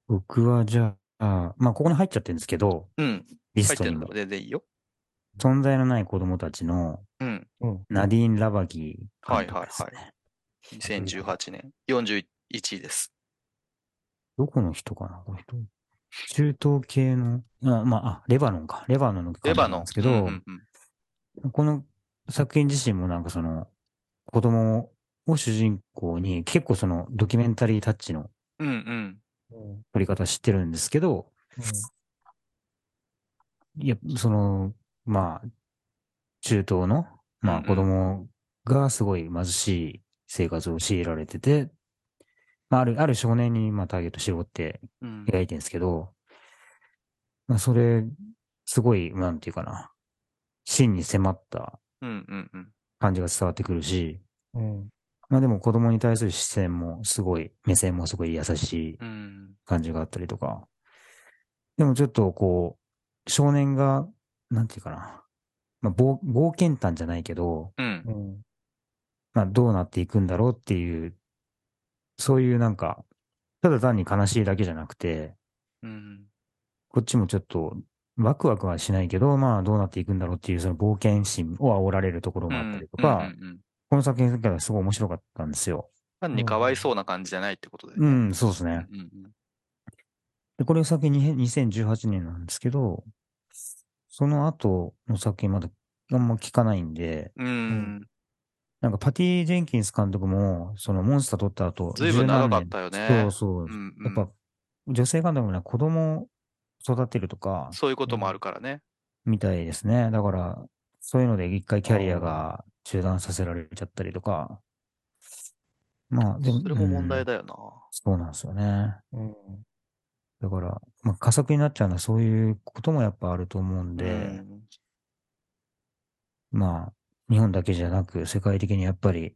Speaker 2: 僕はじゃあ、まあ、ここに入っちゃってるんですけど、
Speaker 1: うん。
Speaker 2: リ
Speaker 1: 入
Speaker 2: ス
Speaker 1: って
Speaker 2: ト
Speaker 1: る
Speaker 2: に
Speaker 1: の
Speaker 2: も
Speaker 1: も。全然いいよ。
Speaker 2: 存在のない子供たちの
Speaker 1: うん。
Speaker 3: うん。
Speaker 2: ナディーン・ラバギー監督
Speaker 1: はいはいはい
Speaker 2: ですね。
Speaker 1: 2018年、41位です。
Speaker 2: どこの人かなこの人。中東系の、あまあ、あ、レバノンか。レバノンの監督
Speaker 1: レバ
Speaker 2: な
Speaker 1: ノ
Speaker 2: ん
Speaker 1: ン
Speaker 2: ですけど、
Speaker 1: うんうんうん
Speaker 2: この作品自身もなんかその、子供を主人公に結構そのドキュメンタリータッチの
Speaker 1: うんうん。
Speaker 3: うん
Speaker 2: 撮り方知ってるんですけど、いや、その、まあ、中東の、
Speaker 1: う
Speaker 2: まあ
Speaker 1: んうん
Speaker 2: 子供がすごい貧しい生活を強いられてて、まあある、ある少年にまあターゲット絞って
Speaker 1: うん
Speaker 2: 描いてるんですけど、まあそれ、すごい、なんていうかな、真に迫った
Speaker 1: うんうんうん。
Speaker 2: 感じが伝わってくるし、
Speaker 3: うん。
Speaker 2: まあでも子供に対する視線もすごい、目線もすごい優しい
Speaker 1: うん
Speaker 2: 感じがあったりとか。でもちょっとこう、少年が、なんていうかな。まあ、冒冒険探じゃないけど、
Speaker 1: うん
Speaker 3: う。ん。
Speaker 2: まあどうなっていくんだろうっていう、そういうなんか、ただ単に悲しいだけじゃなくて、
Speaker 1: うん。
Speaker 2: こっちもちょっとワクワクはしないけど、まあどうなっていくんだろうっていうその冒険心を煽られるところもあったりとか、
Speaker 1: うんうんうんうん
Speaker 2: この作品がすごい面白かったんですよ。
Speaker 1: 単にかわいそうな感じじゃないってことでね。
Speaker 2: う
Speaker 1: うん
Speaker 2: ん、そうですね。
Speaker 1: うん
Speaker 2: で、これ作品に2018年なんですけど、その後の作品まだあんま聞かないんで、
Speaker 1: うん。うん。
Speaker 2: なんかパティ・ジェンキンス監督も、そのモンスター撮った後、
Speaker 1: ずいぶん長かったよ
Speaker 2: 十
Speaker 1: ね。
Speaker 2: 何年そ
Speaker 1: う
Speaker 2: うそう。
Speaker 1: んうん
Speaker 2: やっぱ、女性監督もね、子供を育てるとか、
Speaker 1: そういうこともあるからね。
Speaker 2: みたいですね。だから、そういうので一回キャリアが中断させられちゃったりとか、まあ、でも、
Speaker 1: それも問題
Speaker 2: だ、
Speaker 1: だよな。
Speaker 2: そうなんですよね。
Speaker 3: うん。
Speaker 2: だから、まあ、佳作になっちゃうのはそういうこともやっぱあると思うんで、
Speaker 1: うん
Speaker 2: まあ、日本だけじゃなく、世界的にやっぱり、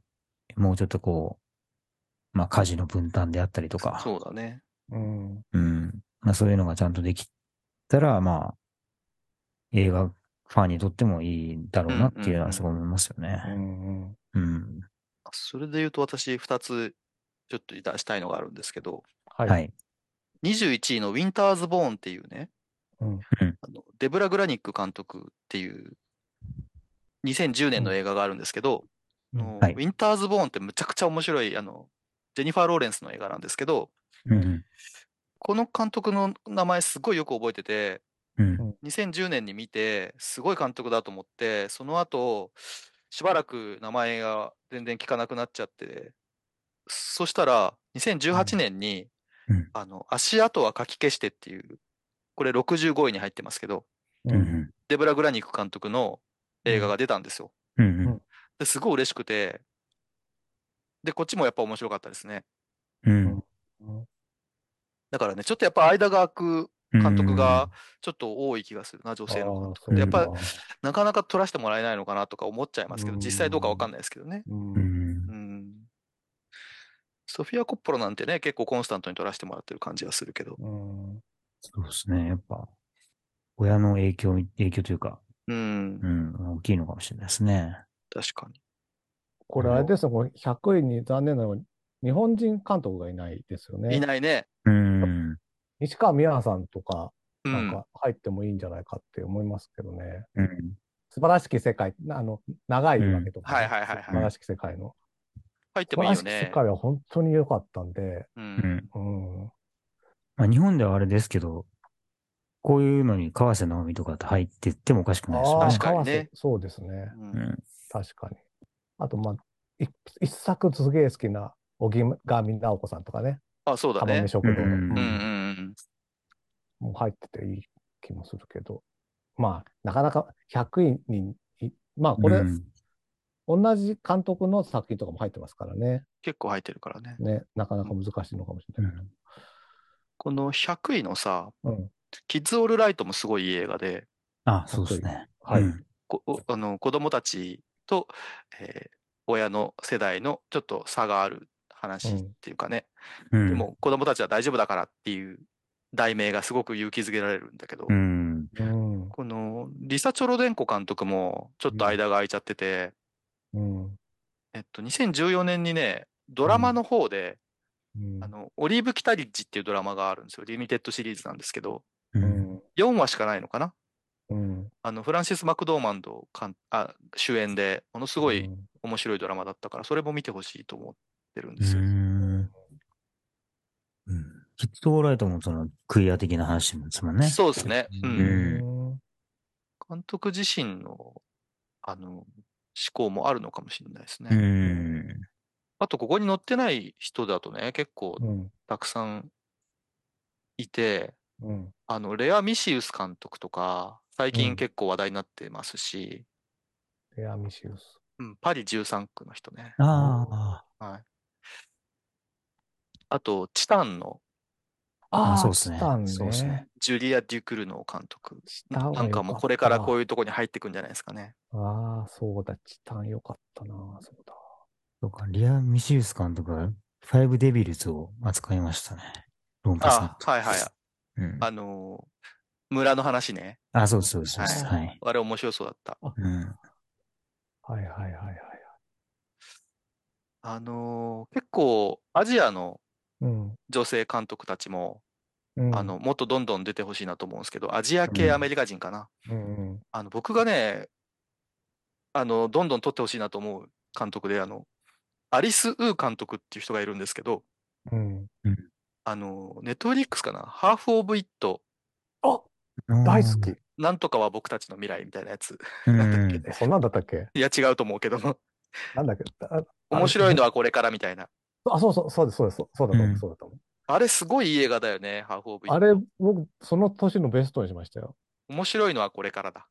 Speaker 2: もうちょっとこう、まあ、家事の分担であったりとか、
Speaker 1: そうだね。
Speaker 3: うん。
Speaker 2: うん。まあそういうのがちゃんとできたら、まあ、映画ファンにとってもいいだろうなっていうのはすごい思いますよ
Speaker 3: う
Speaker 2: ね。
Speaker 3: んうん。
Speaker 2: うん。
Speaker 1: それで言うと私2つちょっと出したいのがあるんですけど、
Speaker 3: はい。
Speaker 2: はい。
Speaker 1: 21位のウィンターズ・ボーンっていうね、
Speaker 3: うん
Speaker 1: あのデブラ・グラニック監督っていう2010年の映画があるんですけど、
Speaker 3: うん
Speaker 1: あの
Speaker 2: はい
Speaker 1: ウィンターズ・ボーンってむちゃくちゃ面白い、あの、ジェニファー・ローレンスの映画なんですけど、
Speaker 2: うん。
Speaker 1: この監督の名前すごいよく覚えてて、
Speaker 2: うん。
Speaker 1: 2010年に見て、すごい監督だと思って、その後、しばらく名前が全然聞かなくなっちゃって、そしたら、2018年に、
Speaker 2: うん
Speaker 1: あの、足跡はかき消してっていう、これ65位に入ってますけど、
Speaker 2: うん。うん。
Speaker 1: デブラ・グラニック監督の映画が出たんですよ。
Speaker 2: うん。
Speaker 1: ですごい嬉しくて、で、こっちもやっぱ面白かったですね。
Speaker 2: うん。
Speaker 1: だからね、ちょっとやっぱ間が空く
Speaker 2: うん。
Speaker 1: 監督がちょっと多い気がするな、女性の方。
Speaker 3: あー
Speaker 2: やっ
Speaker 1: ぱ、
Speaker 3: そうか
Speaker 1: なかなか取らせてもらえないのかなとか思っちゃいますけど、
Speaker 3: うん
Speaker 1: 実際どうかわかんないですけどね。
Speaker 3: うん
Speaker 2: う。ん。
Speaker 1: うん。ソフィア・コッポロなんてね、結構コンスタントに取らせてもらってる感じはするけど。
Speaker 3: うん
Speaker 2: そうですね。やっぱ、親の影響、影響というか、
Speaker 1: うん
Speaker 2: う、ん、大きいのかもしれないですね。
Speaker 1: 確かに。
Speaker 3: これあれですよ、これ100位に残念なのに、日本人監督がいないですよね。
Speaker 1: いないね。
Speaker 2: うん。
Speaker 3: 西川美和さんとか、
Speaker 1: う
Speaker 3: なん
Speaker 1: ん。
Speaker 3: か入ってもいいんじゃないかって思いますけどね。
Speaker 2: うん。
Speaker 3: 素晴らしき世界、あの、長いわけとかね、
Speaker 1: うんはいはいはいはい
Speaker 3: 素晴らしき世界の。
Speaker 1: 入って
Speaker 3: 素
Speaker 1: もいいよ
Speaker 3: 晴らしき世
Speaker 1: ね。
Speaker 3: 界は本当に良かったんで、
Speaker 1: う。
Speaker 2: うんん。
Speaker 3: うん。
Speaker 2: まあ、日本ではあれですけど、こういうのに川瀬直美とかって入ってってもおかしくないですよ
Speaker 3: ああ、
Speaker 2: ね。
Speaker 1: 確かにね
Speaker 3: 川瀬そうですね。
Speaker 1: う
Speaker 2: うんん。
Speaker 3: 確かに。あと、まあ、い一作すげえ好きな、小木川美直子さんとかね、
Speaker 1: あ、そうだ
Speaker 3: 浜
Speaker 1: ね
Speaker 3: 辺。食堂の、
Speaker 2: うん
Speaker 1: うんうんん
Speaker 3: もう入ってていい気もするけど、まあ、なかなか100位に、いまあ、これ、
Speaker 2: うん
Speaker 3: 同じ監督の作品とかも入ってますからね。
Speaker 1: 結構入ってるからね。
Speaker 3: ね、なかなか難しいのかもしれないけ
Speaker 1: この100位のさ、
Speaker 3: ど。うん。
Speaker 1: キッズ・オール・ライトもすごいいい映画で、
Speaker 2: あ、そうですね。
Speaker 3: はい。
Speaker 2: うん
Speaker 1: こおあの子供たちと、えー親の世代のちょっと差がある話っていうかね、
Speaker 2: うん。
Speaker 1: でも子供たちは大丈夫だからっていう題名がすごく勇気づけられるんだけど、
Speaker 2: うん。
Speaker 3: うん。
Speaker 1: このリサ・チョロデンコ監督もちょっと間が空いちゃってて、
Speaker 3: うん。
Speaker 1: えっと、2014年にね、ドラマの方で、
Speaker 3: うん
Speaker 1: あの、オリーブ・キタリッジっていうドラマがあるんですよ。リミテッドシリーズなんですけど、
Speaker 2: う。
Speaker 3: うんん。
Speaker 1: 4話しかないのかな
Speaker 3: うん。
Speaker 1: あの、フランシス・マクドーマンド監あ主演で、ものすご
Speaker 3: う
Speaker 1: い
Speaker 3: ん。
Speaker 1: 面白いドラマだったから、それも見てほしいと思ってるん
Speaker 2: う
Speaker 1: ですよ。
Speaker 2: ん。きっとオーライトもそのクイア的な話もですもんね。
Speaker 1: そうですね。う。
Speaker 2: うん
Speaker 3: うん
Speaker 1: 監督自身の、あの、思考もあるのかもしれないですね。
Speaker 2: うん。
Speaker 1: あと、ここに載ってない人だとね、結構
Speaker 3: うん。
Speaker 1: たくさんいて、
Speaker 3: うん。
Speaker 1: あの、レア・ミシウス監督とか、最
Speaker 3: う
Speaker 1: 近
Speaker 3: ん
Speaker 1: 結構話題になってますし、
Speaker 3: レアミシウス。
Speaker 1: うん、パリ13区の人ね。
Speaker 2: ああ。
Speaker 1: はい。あと、チタンの
Speaker 3: ああ、
Speaker 2: そうっすね
Speaker 3: チタン
Speaker 2: そうっすね。
Speaker 1: ジュリア・デュクルノー監督。
Speaker 3: チタンは
Speaker 1: な
Speaker 3: 良
Speaker 1: んかもうこれからこ
Speaker 3: いう
Speaker 1: いうとこに入ってくんじゃないですかね。
Speaker 3: う。ああ、そうだ、チタンよかったな、そうだ。
Speaker 2: そうか、リア・ミシウス監督がファイブデビルズを扱いましたね。ロンパス
Speaker 1: あ、はいはい。
Speaker 2: い。うん、
Speaker 1: あのー村の話ね。
Speaker 2: あ、そうですそうですそうです。
Speaker 3: は
Speaker 2: はいい。
Speaker 1: あれ面白そうだった。
Speaker 2: うん。
Speaker 3: はいはいはいはい。
Speaker 1: あのー結構アジアの
Speaker 3: うん。
Speaker 1: 女性監督たちも、
Speaker 3: うん
Speaker 1: あ、の、もっとどんどん出てほしいなと思うんですけど、アジア系アメリカ人かな。
Speaker 3: うんうん。
Speaker 1: あの、僕がね、あの、どんどん撮ってほしいなと思う監督で、あの、アリス・ウー監督っていう人がいるんですけど、
Speaker 3: うん。
Speaker 1: あの、ネットフリックスかな、ハーフ・オブ・イット、
Speaker 3: あ、大好き。
Speaker 1: なんとかは僕たちの未来みたいなやつ。
Speaker 2: うん。
Speaker 1: なんだっけ
Speaker 3: えそんなんだったっけ
Speaker 1: いや、違うと思うけ (laughs) ども、
Speaker 3: なんだっけああ
Speaker 1: 面白いのはこれからみたいな。
Speaker 3: あ、そうそう、そうです、そうです、そうだと思
Speaker 2: う
Speaker 3: う、
Speaker 2: ん
Speaker 3: そうだと思う。
Speaker 1: あれすごいいい映画だよね、ハーフ・オブ・イッ
Speaker 3: あ
Speaker 1: ト。
Speaker 3: れ、僕、その年のベストにしましたよ。
Speaker 1: 面白いのはこれからだ。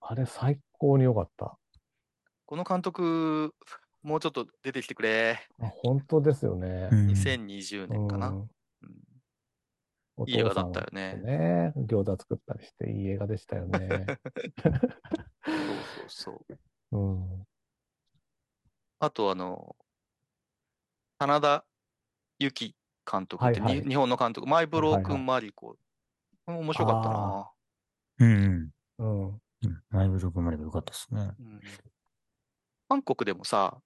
Speaker 3: あれ、最高に良かった。
Speaker 1: この監督、もうちょっと出てきてくれ。
Speaker 3: あ本当ですよね
Speaker 2: う。ん
Speaker 1: 2020年かな。
Speaker 3: う
Speaker 1: う
Speaker 3: ん
Speaker 1: ん
Speaker 3: お
Speaker 1: いい映画
Speaker 3: 父さ
Speaker 1: だっ
Speaker 3: ん
Speaker 1: たよね
Speaker 3: ね。餃子作ったりして、いい映画でしたよね。
Speaker 1: そうそうそう。
Speaker 3: うん。
Speaker 1: あと、あの、真田幸監督って、
Speaker 3: はいはい
Speaker 1: に日本の監督、マイブロー
Speaker 3: はいは
Speaker 1: 君
Speaker 3: い
Speaker 1: マリコ。面白かったな。
Speaker 2: うん。
Speaker 3: うん。
Speaker 2: うんマイブログもあればよかったですね。
Speaker 1: うん韓国でもさ、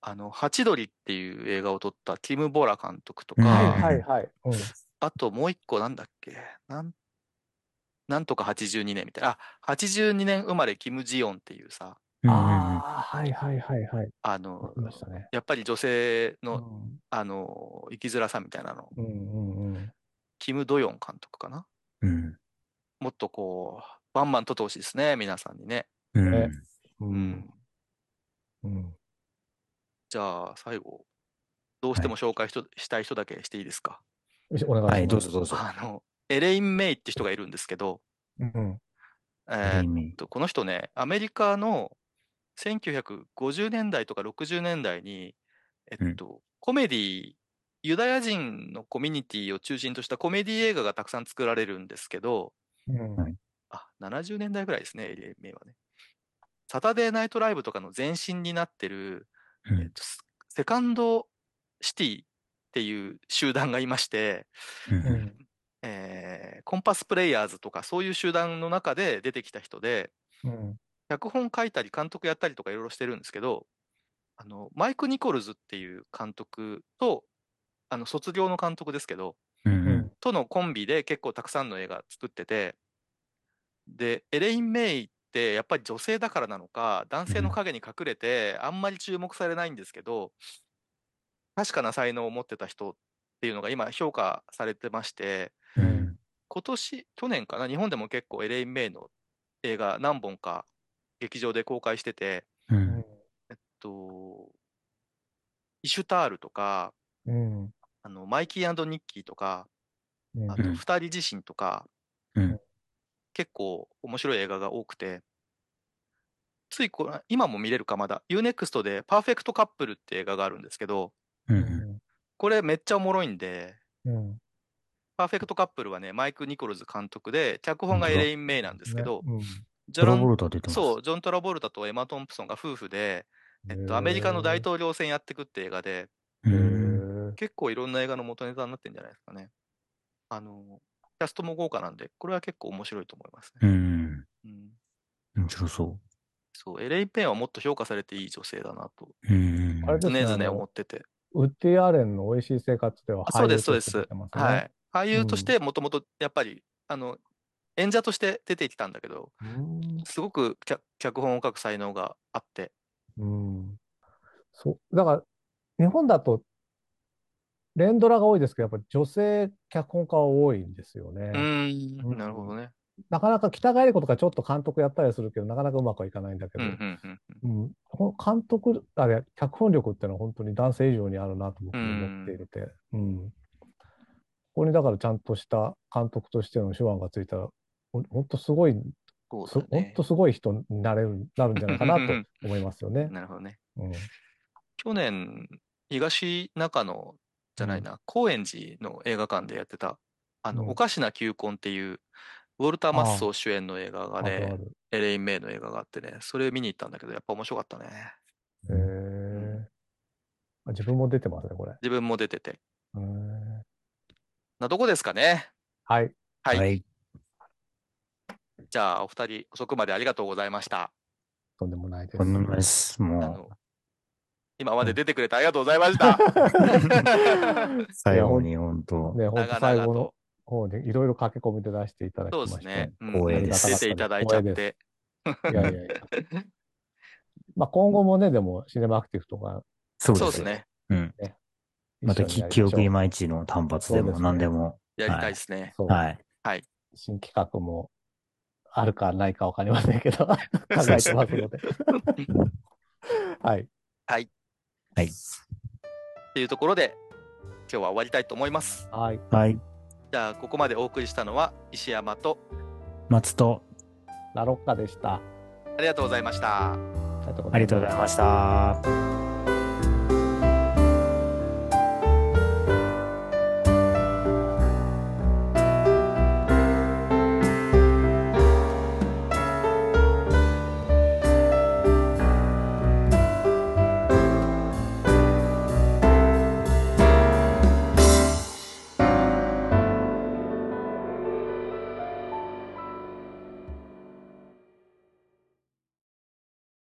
Speaker 1: あの、ハチドリっていう映画を撮ったキム・ボラ監督とか、
Speaker 2: うん
Speaker 3: はいはいはい。うん。
Speaker 1: あともう一個なんだっけなん、なんとか82年みたいな。あ、82年生まれキム・ジヨンっていうさ、
Speaker 2: うんうん
Speaker 3: ああ、はいはいはいはい。
Speaker 1: あ
Speaker 3: わ
Speaker 1: の
Speaker 3: かり、ましたね。
Speaker 1: やっぱり女性
Speaker 3: う
Speaker 1: の、
Speaker 3: ん
Speaker 1: あの、生きづらさみたいなの、
Speaker 3: うんうんうん。
Speaker 1: キム・ドヨン監督かな
Speaker 2: うん。
Speaker 1: もっとこう、バンバン撮ってほしいですね、皆さんにね。
Speaker 2: うん
Speaker 3: ねう
Speaker 1: うんん。
Speaker 3: うん。
Speaker 1: じゃあ、最後、どうしても紹介しとしたい人だけしていいですか。
Speaker 3: よしお願いします。
Speaker 2: はい、どうぞどうぞ。
Speaker 1: あの、エレイン・メイって人がいるんですけど、
Speaker 3: うん。
Speaker 1: えー
Speaker 2: 黎明
Speaker 1: えっとこの人ね、アメリカの1950年代とか60年代に、えっと、コメディ、ユダヤ人のコミュニティを中心としたコメディ映画がたくさん作られるんですけど、
Speaker 3: うん。
Speaker 2: はい
Speaker 1: あ、70年代ぐらいですね、エレメイはね。サタデーナイトライブとかの前身になってる、
Speaker 2: うん
Speaker 1: えっと、セセカンドシティっていう集団がいまして、
Speaker 2: うん
Speaker 3: うん
Speaker 1: えーコンパスプレイヤーズとかそういう集団の中で出てきた人で、
Speaker 3: うん。
Speaker 1: 脚本書いたり監督やったりとかいろいろしてるんですけど、あの、マイク・ニコルズっていう監督と、あの、卒業の監督ですけど、
Speaker 2: うん
Speaker 3: う
Speaker 2: うん
Speaker 3: ん。
Speaker 1: とのコンビで結構たくさんの映画作ってて、で、エレイン・メイってやっぱり女性だからなのか、男性の影に隠れてあんまり注目されないんですけど、確かな才能を持ってた人っていうのが今評価されてまして、
Speaker 2: うん
Speaker 1: 今年、去年かな、日本でも結構エレイン・メイの映画何本か劇場で公開してて、
Speaker 2: う
Speaker 3: うんん
Speaker 1: えっと、イシュタールとか、
Speaker 3: うん。
Speaker 1: あのマイキーニッキーとか、
Speaker 3: うん
Speaker 1: あと
Speaker 2: うん
Speaker 1: 二人自身とか、
Speaker 2: うん
Speaker 1: 結構面白い映画が多くて、ついこの今も見れるかまだ、UNEXT でパーフェクトカップルって映画があるんですけど、
Speaker 2: うん
Speaker 1: これめっちゃおもろいんで、
Speaker 3: うん。
Speaker 1: パーフェクトカップルはね、マイク・ニコルズ監督で、脚本がエレイン・メイなんですけど、
Speaker 3: ね
Speaker 1: ジ
Speaker 2: ト
Speaker 1: ョ
Speaker 2: ラ
Speaker 1: ロ
Speaker 2: ボ
Speaker 1: ン
Speaker 2: ルト出てます。
Speaker 1: そう、ジョン・トラボルタとエマ・トンプソンが夫婦で、
Speaker 3: う
Speaker 1: え
Speaker 3: ん。
Speaker 1: っと、アメリカの大
Speaker 3: 統
Speaker 1: 統領選やってくって映画で、
Speaker 2: う
Speaker 3: へ
Speaker 2: ん。
Speaker 3: ー
Speaker 1: 結構いろんな映画の元ネタになってんじゃないですかね。あの、キャストも豪華なんで、これは結構面白いと思います
Speaker 2: う
Speaker 1: ね。
Speaker 2: ん。
Speaker 1: うん
Speaker 2: 面白そ
Speaker 1: そう、エレイン・ペンはもっと評価されていい女性だなと、
Speaker 2: う。うん。
Speaker 3: あれ
Speaker 1: 常
Speaker 3: で
Speaker 1: 々
Speaker 3: すねあの
Speaker 1: 思ってて。
Speaker 3: ウッディ・アレンの美味しい生活では
Speaker 1: あそうです
Speaker 3: 俳優として
Speaker 1: そうです
Speaker 3: 出てますね
Speaker 1: はい。俳優としてもともとやっぱり、あの、演者として出てきたんだけど、すごく脚脚本を書く才能があって、
Speaker 3: うん。うんそう。だから、日本だと、連ドラが多いですけど、やっぱ女性脚本家は多いんですよ
Speaker 1: う
Speaker 3: ね。
Speaker 1: ー
Speaker 3: うん
Speaker 1: ん、なるほどね。
Speaker 3: なかなか北帰子とかちょっと監督やったりするけど、なかなかうまくはいかないんだけ
Speaker 1: うん、
Speaker 3: ど、
Speaker 1: うん、うん。
Speaker 3: うん、この監督、あれ、脚本力ってのは本当に男性以上にあるなと僕も思っていて、うん。ここにだからちゃんとした監督としての手腕がついたら、ほんほんとすごい、
Speaker 1: そう
Speaker 3: す
Speaker 1: だ
Speaker 3: ほん
Speaker 1: ね
Speaker 3: と。すごい人になれる、なるんじゃないかなと
Speaker 1: うんうん
Speaker 3: 思いますよね。
Speaker 1: なるほどね。
Speaker 3: うん。
Speaker 1: 去年、東中野じゃないな、高円寺の映画館でやってた、あの、
Speaker 3: うん
Speaker 1: おかしな求婚っていう、ウォルター・マッソー主演の映画が
Speaker 3: あるあ
Speaker 1: ね、
Speaker 3: る。
Speaker 1: エレイン・メイの映画があってね、それ見に行ったんだけど、やっぱ面白かったね。
Speaker 3: へーあ自分も出てますね、これ。
Speaker 1: 自分も出てて。
Speaker 3: へー
Speaker 1: なとこですかね。
Speaker 3: はい。
Speaker 1: はい。
Speaker 2: い。
Speaker 1: じゃあ、お二人、遅くまでありがとうございました。
Speaker 3: とんでもないです。
Speaker 2: こんなもんです。
Speaker 1: あ
Speaker 2: も
Speaker 1: の、今まで出てくれてありがとうございま
Speaker 3: (laughs)
Speaker 1: した。
Speaker 2: う、最後に本当。
Speaker 3: (laughs) ね、ほんと
Speaker 1: 長
Speaker 3: 最
Speaker 1: 々
Speaker 3: 後の
Speaker 1: と。
Speaker 3: 方にいろいろ駆け込みで出していただき
Speaker 1: そう
Speaker 3: ま
Speaker 1: です
Speaker 3: して。
Speaker 1: ね。うん
Speaker 2: 光栄です
Speaker 1: 出ていただいちゃって。
Speaker 3: いやいやいや。まあ今後もね、でもシネマアクティブとか、
Speaker 2: そう
Speaker 1: そうで
Speaker 2: で
Speaker 1: す
Speaker 2: す。
Speaker 1: ね。
Speaker 2: うん。またき、記
Speaker 3: 記憶
Speaker 2: 憶いまいちの単発で
Speaker 3: そうで
Speaker 2: も
Speaker 3: すね
Speaker 2: 何でも。
Speaker 1: やりたいですね。
Speaker 3: そう、
Speaker 2: はい。
Speaker 3: 新企画もあるかないかわかりませんけど、考えてますので。はい。
Speaker 2: はい。
Speaker 1: っていうところで今日は終わりたいと思います。
Speaker 3: はい。
Speaker 2: はい。
Speaker 1: じゃあここまでお送りしたのは石山と
Speaker 2: 松と、
Speaker 3: ラロッカでした。
Speaker 1: ありがとうございました。
Speaker 3: ありがとうご
Speaker 2: ありがとうございました。
Speaker 1: バイバイ。